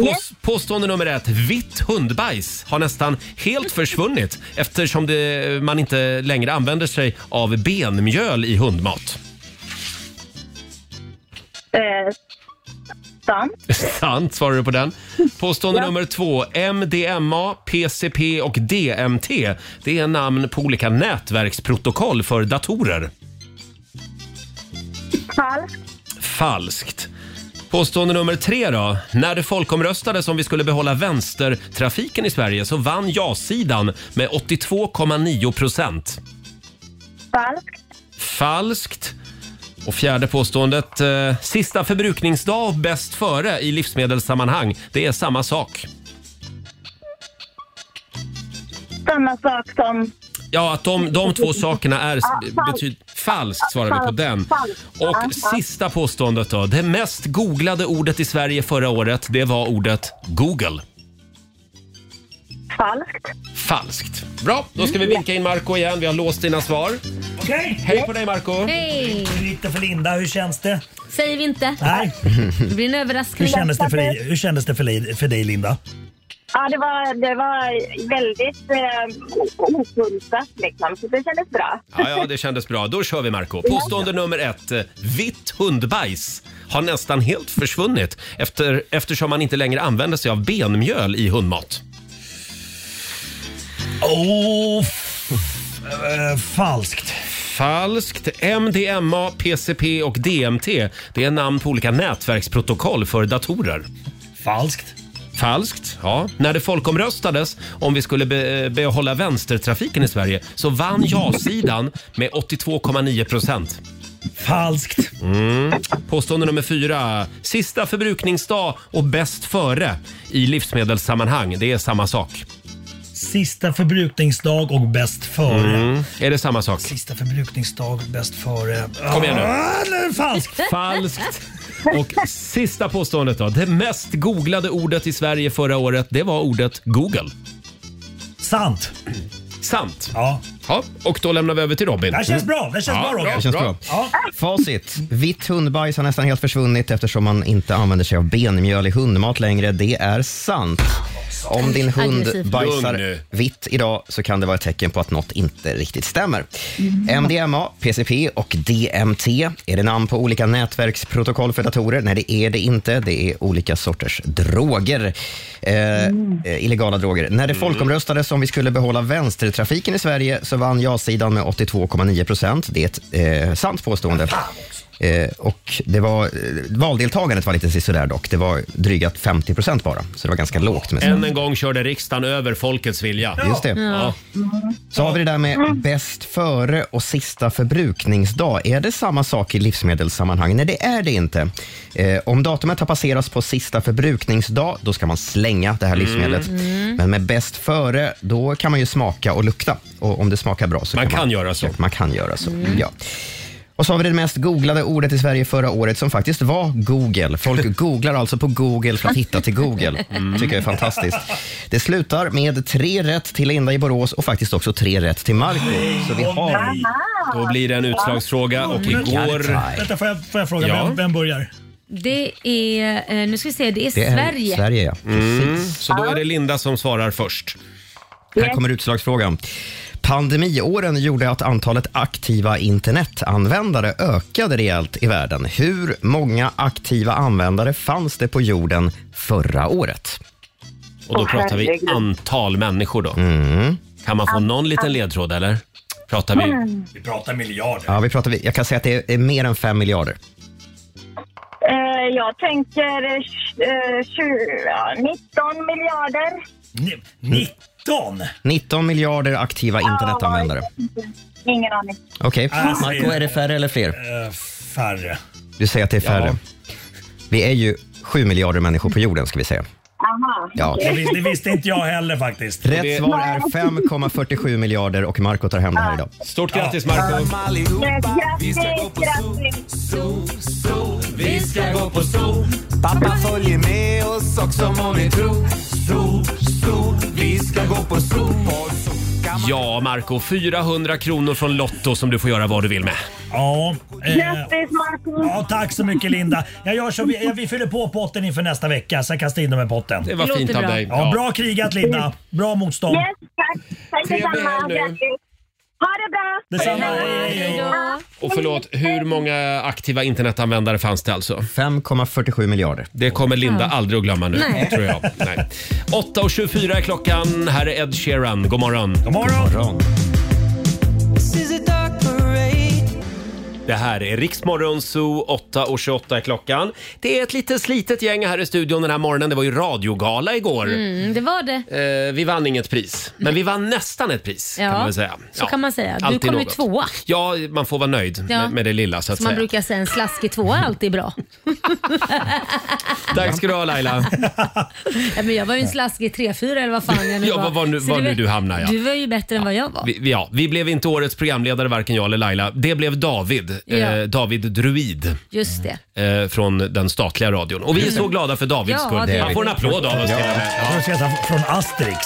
A: Pås- påstående nummer ett. Vitt hundbajs har nästan helt försvunnit eftersom det, man inte längre använder sig av benmjöl i hundmat.
K: Eh, sant.
A: Sant, svarar du på den. Påstående nummer två. MDMA, PCP och DMT. Det är namn på olika nätverksprotokoll för datorer.
K: Falskt.
A: Falskt. Påstående nummer tre då. När det folkomröstades om vi skulle behålla vänstertrafiken i Sverige så vann ja-sidan med 82,9 procent.
K: Falskt.
A: Falskt. Och fjärde påståendet. Eh, sista förbrukningsdag och bäst före i livsmedelssammanhang. Det är samma sak.
K: Samma sak som...
A: Ja, att de, de två sakerna är
K: Ja, Ah, falskt.
A: betyd, falskt svarar vi på den.
K: Falskt. Ah,
A: Och
K: Ja, ja.
A: sista påståendet då. Det mest googlade ordet i Sverige förra året, det var ordet Google.
K: Falskt.
A: Falskt. Bra, då ska vi vinka in Marco igen. Vi har låst dina svar.
I: Okej.
A: Hej på dig Marco
B: Hej!
I: Hur gick det för Linda? Hur känns det?
B: Säger vi inte.
I: Nej.
B: Det blir en överraskning.
I: Hur kändes det för dig, hur kändes det för dig, för dig Linda?
K: Ja, det var, det var väldigt eh, okunskap liksom, så det kändes bra.
A: Ja, ja, det kändes bra. Då kör vi Marco Påstående nummer ett. eh, Vitt hundbajs har nästan helt försvunnit efter, eftersom man inte längre använder sig av benmjöl i hundmat.
I: Oh, Eh, falskt.
A: Falskt. MDMA, PCP och DMT. Det är namn på olika nätverksprotokoll för datorer.
I: Falskt.
A: Falskt, ja. När det folkomröstades om vi skulle be eh, behålla vänstertrafiken i Sverige så vann ja-sidan med 82,9 procent.
I: Falskt.
A: Mm. Påstående nummer fyra. Sista förbrukningsdag och bäst före i livsmedelssammanhang. Det är samma sak.
I: Sista förbrukningsdag och bäst före.
A: Mm. Är det samma sak?
I: Sista förbrukningsdag och bäst före.
A: Kom igen nu.
I: Ah, det är falskt.
A: Falskt. Och sista påståendet då. Det mest googlade ordet i Sverige förra året, det var ordet Google.
I: Sant.
A: Sant.
I: Ja.
A: ja. Och då lämnar vi över till Robin.
I: Det här känns bra. Det här känns
A: Ja,
I: bra Roger.
G: Det känns bra. Facit. Vitt hundbajs har nästan helt försvunnit eftersom man inte använder sig av benmjöl i hundmat längre. Det är sant. Om din hund
B: Aggressiv.
G: bajsar
A: Lugn nu.
G: vitt idag så kan det vara ett tecken på att något inte riktigt stämmer. MDMA, PCP och DMT. Är det namn på olika nätverksprotokoll för datorer? Nej, det är det inte. Det är olika sorters droger. Eh, eh, illegala droger. När det folkomröstades om vi skulle behålla vänstertrafiken i Sverige så vann ja-sidan med 82,9 procent. Det är ett eh, sant påstående. Eh, och det var, eh, valdeltagandet var lite sådär dock. Det var dryga 50 procent bara, så det var ganska lågt. Med
A: Än en gång körde riksdagen över folkets vilja.
G: Just det.
A: Ja.
G: Så har vi det där med bäst före och sista förbrukningsdag. Är det samma sak i livsmedelssammanhang? Nej, det är det inte. Eh, om datumet har passerats på sista förbrukningsdag, då ska man slänga det här livsmedlet. Men med bäst före, då kan man ju smaka och lukta. Och om det smakar bra så Mm.
A: Man
G: kan
A: kan göra så.
G: Man kan göra så, ja. Och så har vi det mest googlade ordet i Sverige förra året som faktiskt var Google. Folk googlar alltså på Google för att hitta till Google.
L: Mm.
G: tycker jag är fantastiskt. Det slutar med tre rätt till Linda i Borås och faktiskt också tre rätt till Marco. Så vi har...
A: Då blir det en utslagsfråga
I: Mm.
A: och igår...
I: Vänta, får jag, får jag fråga,
A: Ja.
I: vem, vem börjar?
B: Det är, eh, nu ska vi se, det är,
A: Det är
B: Sverige.
G: Sverige, ja.
A: Mm.
G: Precis.
A: Så då är det Linda som svarar först.
G: Här kommer utslagsfrågan. Pandemiåren gjorde att antalet aktiva internetanvändare ökade rejält i världen. Hur många aktiva användare fanns det på jorden förra året?
A: Och då pratar vi antal människor då. Kan man få någon liten ledtråd eller? Pratar vi...
I: Vi pratar miljarder.
G: Ja, vi pratar, jag kan säga att det är mer än 5 miljarder.
K: Eh, jag tänker eh, 20, ja, 19 miljarder.
I: 19?
G: 19 miljarder aktiva internetanvändare.
K: Ingen aning.
G: Okej,
I: Alltså,
G: Marco, är det färre eller fler?
I: Eh, färre.
G: Du säger att det är färre. Vi är ju 7 miljarder människor på jorden ska vi säga.
K: Aha.
G: Ja.
I: Det, visste, det visste inte jag heller faktiskt.
G: Rätt svar är 5,47 miljarder och Marco tar hem det här idag.
A: Stort grattis Marco!
K: Eh, Grattis, grattis!
D: Vi ska gå på zoo Pappa följer med oss också må ni tro Zoo, zoo Vi ska gå på zoo På zoo
A: Ja, Marco, 400 kronor från Lotto som du får göra vad du vill med.
I: Ja. eh,
K: Grattis Marco!
I: Ja, tack så mycket Linda. Jag gör så, vi, vi fyller på potten inför nästa vecka, sen kastar jag in dem i potten.
A: Det var Låter fint av bra. dig.
I: Ja, bra krigat Linda. Bra motstånd.
K: Yes, tack! Tack
A: Trevlig
K: detsamma!
A: helg nu.
K: Grattis! Ha det bra!
I: Detsamma.
A: Och förlåt, hur många aktiva internetanvändare fanns det alltså?
G: 5,47 miljarder.
A: Det kommer Linda
G: Ja.
A: aldrig att glömma nu,
G: Nej.
A: tror jag. Nej. 8.24 är klockan. Här är Ed Sheeran. God morgon.
I: God morgon.
A: Det här är Riksmorgon Zoo, 8.28 är klockan. Det är ett litet slitet gäng här i studion den här morgonen. Det var ju radiogala igår.
B: Mm, det var det.
A: Eh, vi vann inget pris, men vi vann nästan ett pris
B: Ja,
A: kan man väl säga.
B: så kan man säga. Du
A: alltid
B: kom ju
A: något.
B: tvåa.
A: Ja, man får vara nöjd
B: Ja.
A: med, med det lilla så att
B: Som man
A: säga.
B: brukar säga, en slaskig tvåa är alltid bra.
A: Tack ska du ha Laila.
B: ja, men jag var ju en slaskig tre-fyra eller vad fan jag nu
A: Ja, vad var nu-
B: Så
A: var
B: det
A: nu
B: var-
A: du hamnade, ja.
B: Du var ju bättre än vad jag var.
A: Vi, vi- ja, vi blev inte årets programledare, varken jag eller Laila. Det blev David, eh,
B: Ja.
A: David Druid.
B: Just det.
A: Eh, från den statliga radion. Och vi är så glada för Davids
B: Mm. Ja,
A: skull.
B: det är
A: Han får en
B: vi.
A: applåd av oss till och med.
I: Jag tror du ska heta Från Asterix.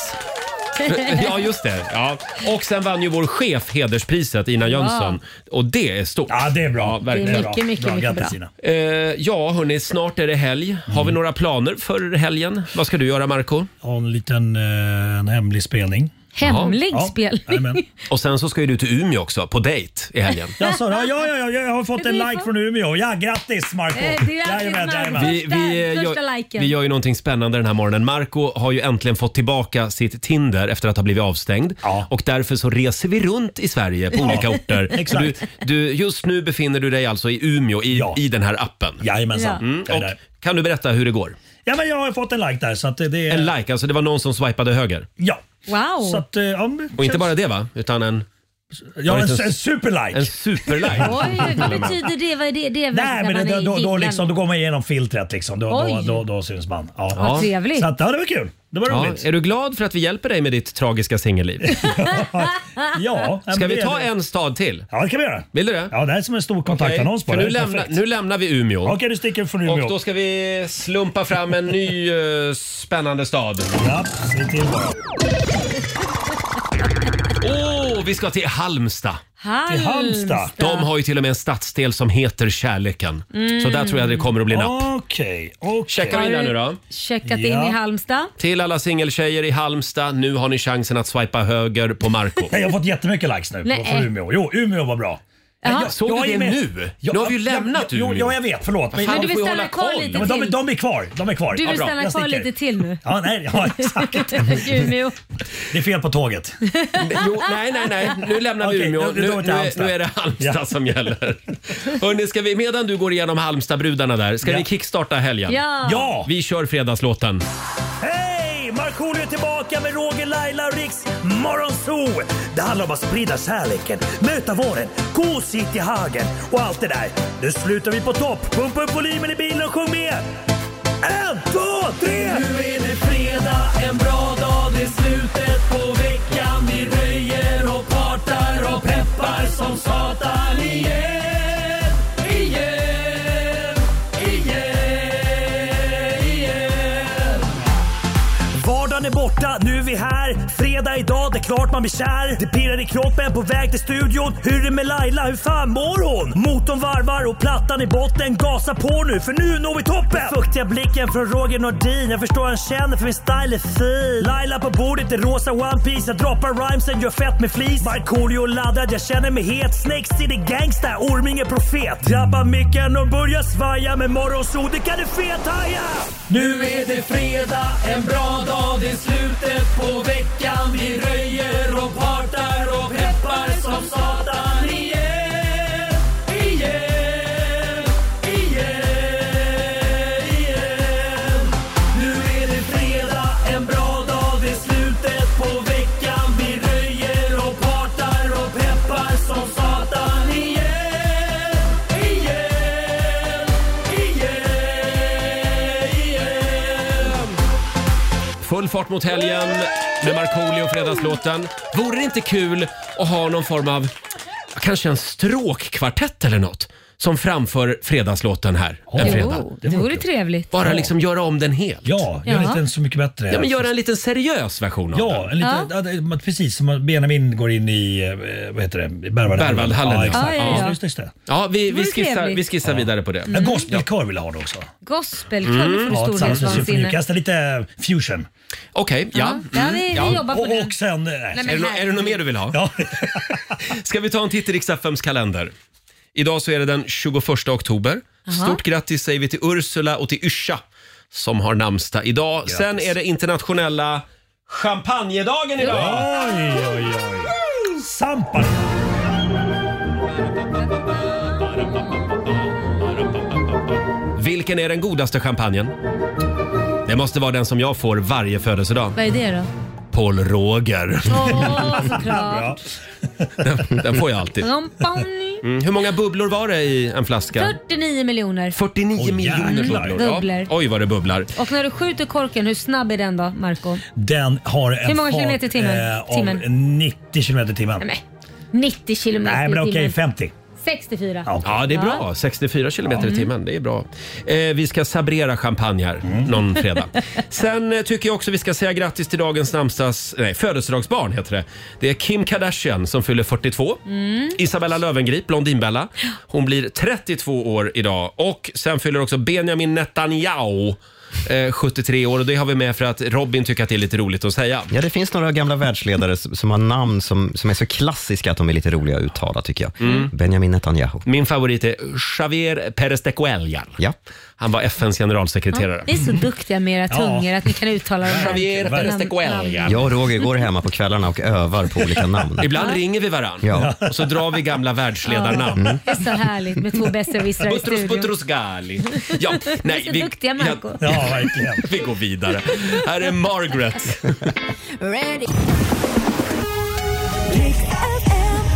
A: Ja, just det. Ja. Och sen vann ju vår chef hederspriset, Ina Jönsson. Och det är stort. Ja,
I: det är bra.
A: verkligen.
B: Det är mycket, mycket, Bra, mycket grattis, bra. Ina.
A: Eh, ja, hörni, snart är det helg. Har
I: Mm.
A: vi några planer för helgen? Vad ska du göra, Marco?
I: Jag har en liten eh, en hemlig spelning.
B: Hemlig
I: Ja.
B: spelning?
I: Jajamän.
A: Och sen så ska ju du till Umeå också, på dejt i helgen.
I: Jag sa det. Ja, ja, ja, jag har fått
B: Det
I: en
B: blir
I: like
B: så.
I: från Umeå. Ja, grattis Marco
B: Eh, det är grattis, Marco.
A: Vi, vi, eh,
B: första
A: gör,
B: liken.
A: vi gör ju någonting spännande den här morgonen. Marco har ju äntligen fått tillbaka sitt Tinder efter att ha blivit avstängd. Och därför så reser vi runt i Sverige på
I: Ja,
A: olika orter. Så Du,
I: exakt.
A: du, just nu befinner du dig alltså i Umeå i, i den här appen.
I: Jajamensan.
A: Mm,
I: Jag är
A: och
I: där.
A: kan du berätta hur det går?
I: Ja, men jag har fått en like där så att det- det är...
A: En like, alltså det var någon som swipade höger.
I: Ja.
B: Wow.
I: Så att, eh, ja, men-
A: Och inte bara det va? Utan en...
I: Ja, en, en superlike.
A: En superlike.
B: Oj, vad betyder det? Vad är det? det är
I: Nej,
B: när
I: men
B: man
I: det,
B: är i
I: då, då,
B: himlen.
I: liksom, då går man igenom filtret liksom. Då, då,
B: Oj.
I: då, då syns man. Ja.
A: Vad trevligt.
I: Så att, ja, det var kul. Det var
A: Ja,
I: roligt.
A: är du glad för att vi hjälper dig med ditt tragiska singelliv?
I: Ja, men
A: Ska vi
I: det-
A: ta en stad till?
I: Ja, det kan vi göra.
A: Vill du det?
I: Ja, det här är som en stor kontaktannons
A: Okej,
I: bara.
A: för
I: Det
A: nu,
I: är
A: lämna,
I: perfekt.
A: nu lämnar vi Umeå.
I: Okej, du sticker från Umeå.
A: Och då ska vi slumpa fram en ny eh, spännande stad.
I: Ja, se till bara.
A: Åh, vi ska till Halmstad.
B: Halmstad. Till Halmstad.
A: De har ju till och med en stadsdel som heter Kärleken.
B: Mm.
A: Så där tror jag det kommer att bli
I: Mm.
A: napp.
I: Okej, okej.
A: Checkar vi in där nu då?
B: Checkat
A: Ja.
B: in i Halmstad.
A: Till alla singeltjejer i Halmstad, nu har ni chansen att swipa höger på Marco.
I: Nej, jag har fått jättemycket likes nu
B: Nej. eh.
I: på, från Umeå. Jo, Umeå var bra.
B: Jaha.
I: Men
A: Såg du
I: är
A: det
I: med-
A: nu? Nu har vi ju lämnat
I: jo,
A: Umeå.
I: Jo, jag vet. Förlåt.
A: Men du vill
I: jag får ju
A: stanna
I: hålla
A: kvar
I: koll.
A: lite
I: Ja, men de,
A: till.
I: de är kvar. De är kvar.
B: Du
I: Ja,
B: vill
I: bra.
B: stanna
I: Jag
B: kvar
I: sticker.
B: lite till nu.
I: Ja, nej, ja, exakt.
B: Umeå.
I: Det är fel på tåget.
A: Jo, nej, nej, nej. Nu lämnar vi
I: Okej,
A: Umeå.
I: då-
A: Nu,
I: då
A: nu,
I: går vi till
A: är,
I: Halmstad.
A: nu är det Halmstad
I: Ja.
A: som gäller. Hörrni, ska vi, medan du går igenom Halmstadbrudarna där, ska
I: Ja.
A: vi kickstarta helgen?
I: Ja. Ja.
A: Vi kör fredagslåten.
I: Hej! Markoolio är tillbaka med Roger, Laila och Riks Morgonzoo! Det handlar om att sprida kärleken, möta våren, gosigt i hagen och allt det där. Nu slutar vi på topp! Pumpa upp volymen i bilen och sjung med! En, två, tre! Nu är det fredag, en bra dag, det är slutet på veckan. Vi röjer och partar och peppar som satan igen. klart man blir kär. Det pirrar i kroppen på väg till studion. Hur är det med Laila, hur fan mår hon? Motorn varvar och plattan i botten. Gasa på nu, för nu når vi toppen! Fuktiga blicken från Roger Nordin. Jag förstår han känner för min style är fin. Laila på bordet i rosa One Piece Jag droppar rhymesen, gör fett med flis. Markoolio laddad, jag känner mig het. Snakes city gangsta, Orminge profet. Drabbar micken och börjar svaja. Med morgonsol, det kan du fethaja!
L: Nu är det fredag, en bra dag, det är slutet på veckan. Vi röjer och partar och peppar som satan igen, igen, igen, igen. Nu är det fredag, en bra dag, det är slutet på veckan. Vi röjer och partar och peppar som satan igen, igen, igen, igen.
A: Full fart mot helgen med Markoolio och Fredagslåten. Vore det inte kul att ha någon form av, kanske en stråkkvartett eller något? Som framför fredagslåten här
I: Oh.
A: en fredag.
B: Jo, det
I: Mm.
B: vore trevligt.
A: Bara liksom göra om den helt.
M: Ja, gör
B: Ja.
M: inte en så mycket bättre.
A: Ja, men göra en liten seriös version av
M: Ja, en liten, ja. det- precis som att Benjamin går in i, eh, vad heter det, Berwaldhallen.
A: Berwaldhallen,
M: Ja,
A: ja.
M: exakt.
A: Ja, ja, ja.
M: Just, just det.
A: Ja, vi,
B: Det
A: vi
B: vore
A: skissar,
B: trevligt.
A: vi skissar vidare på det.
B: Mm. En
M: gospelkör vill jag ha det också.
B: Gospel,
A: Mm.
B: kan du få
M: Ja,
B: storhetsvansinne.
M: samtidigt lite eh, fusion.
A: Okej, ja.
I: Mm.
B: Ja, vi- vi
A: Ja.
B: jobbar på
M: och,
B: det.
M: och sen... eh, Nej.
B: Nej,
A: Är det, nå- är det något mer du vill ha?
M: Ja.
A: Ska vi ta en titt i Riks-FMs kalender? Idag så är det den 21 oktober.
M: Jaha.
A: Stort grattis säger vi till Ursula och till Yrsa som har namnsdag idag. Sen är det internationella champagnedagen idag.
M: Oj, oj, oj. Sampa.
A: Vilken är den godaste champagnen? Det måste vara den som jag får varje födelsedag.
B: Vad är det då?
A: Paul Roger.
B: Åh, såklart.
A: Den, den får jag alltid.
B: Champagne.
A: Mm. Hur många bubblor var det i en flaska?
B: 49 miljoner.
A: 49 miljoner bubblor.
B: Bubblor.
A: Ja. Oj vad det bubblar.
B: Och när du skjuter korken, hur snabb är den då, Marco?
M: Den har en
B: Hur många
M: fart,
B: kilometer i timmen?
M: eh, av
B: Timmen.
M: 90 kilometer i timmen.
B: Nej, men 90 kilometer
M: Nej, men
B: i
M: okej,
B: timmen.
M: 50.
B: 64.
A: Ja, det är bra.
B: Ja.
A: 64 kilometer i
B: Mm.
A: timmen, det är bra. Eh, vi ska sabrera champagne här någon fredag. Sen eh, tycker jag också vi ska säga grattis till dagens namnsdags... Nej, födelsedagsbarn heter det. Det är Kim Kardashian som fyller 42.
L: Mm.
A: Isabella Löwengrip, Blondinbella. Hon blir 32 år idag. Och sen fyller också Benjamin Netanyahu eh, 73 år. Och det har vi med för att Robin tycker att det är lite roligt att säga.
G: Ja, det finns några gamla världsledare s- som har namn som, som är så klassiska att de är lite roliga att uttala, tycker jag.
A: Mm.
G: Benjamin Netanyahu.
A: Min favorit är Javier Perez de Cuellar. Han var FNs generalsekreterare.
B: Ja, ni är så duktiga med era
G: Ja.
B: tungor att ni kan uttala de här
A: Javier Perez de Cuellar.
G: Jag och Roger går hemma på kvällarna och övar på olika namn.
A: Ibland ringer vi varann
G: Ja.
A: och så drar vi gamla världsledarnamn.
B: Det är så härligt med två besserwissrar i
A: Butrus
B: studion.
A: Butrus Gali. Ja, nej,
B: Ni är så duktiga, Marco.
A: ja, verkligen. Vi går vidare. Här är Margaret.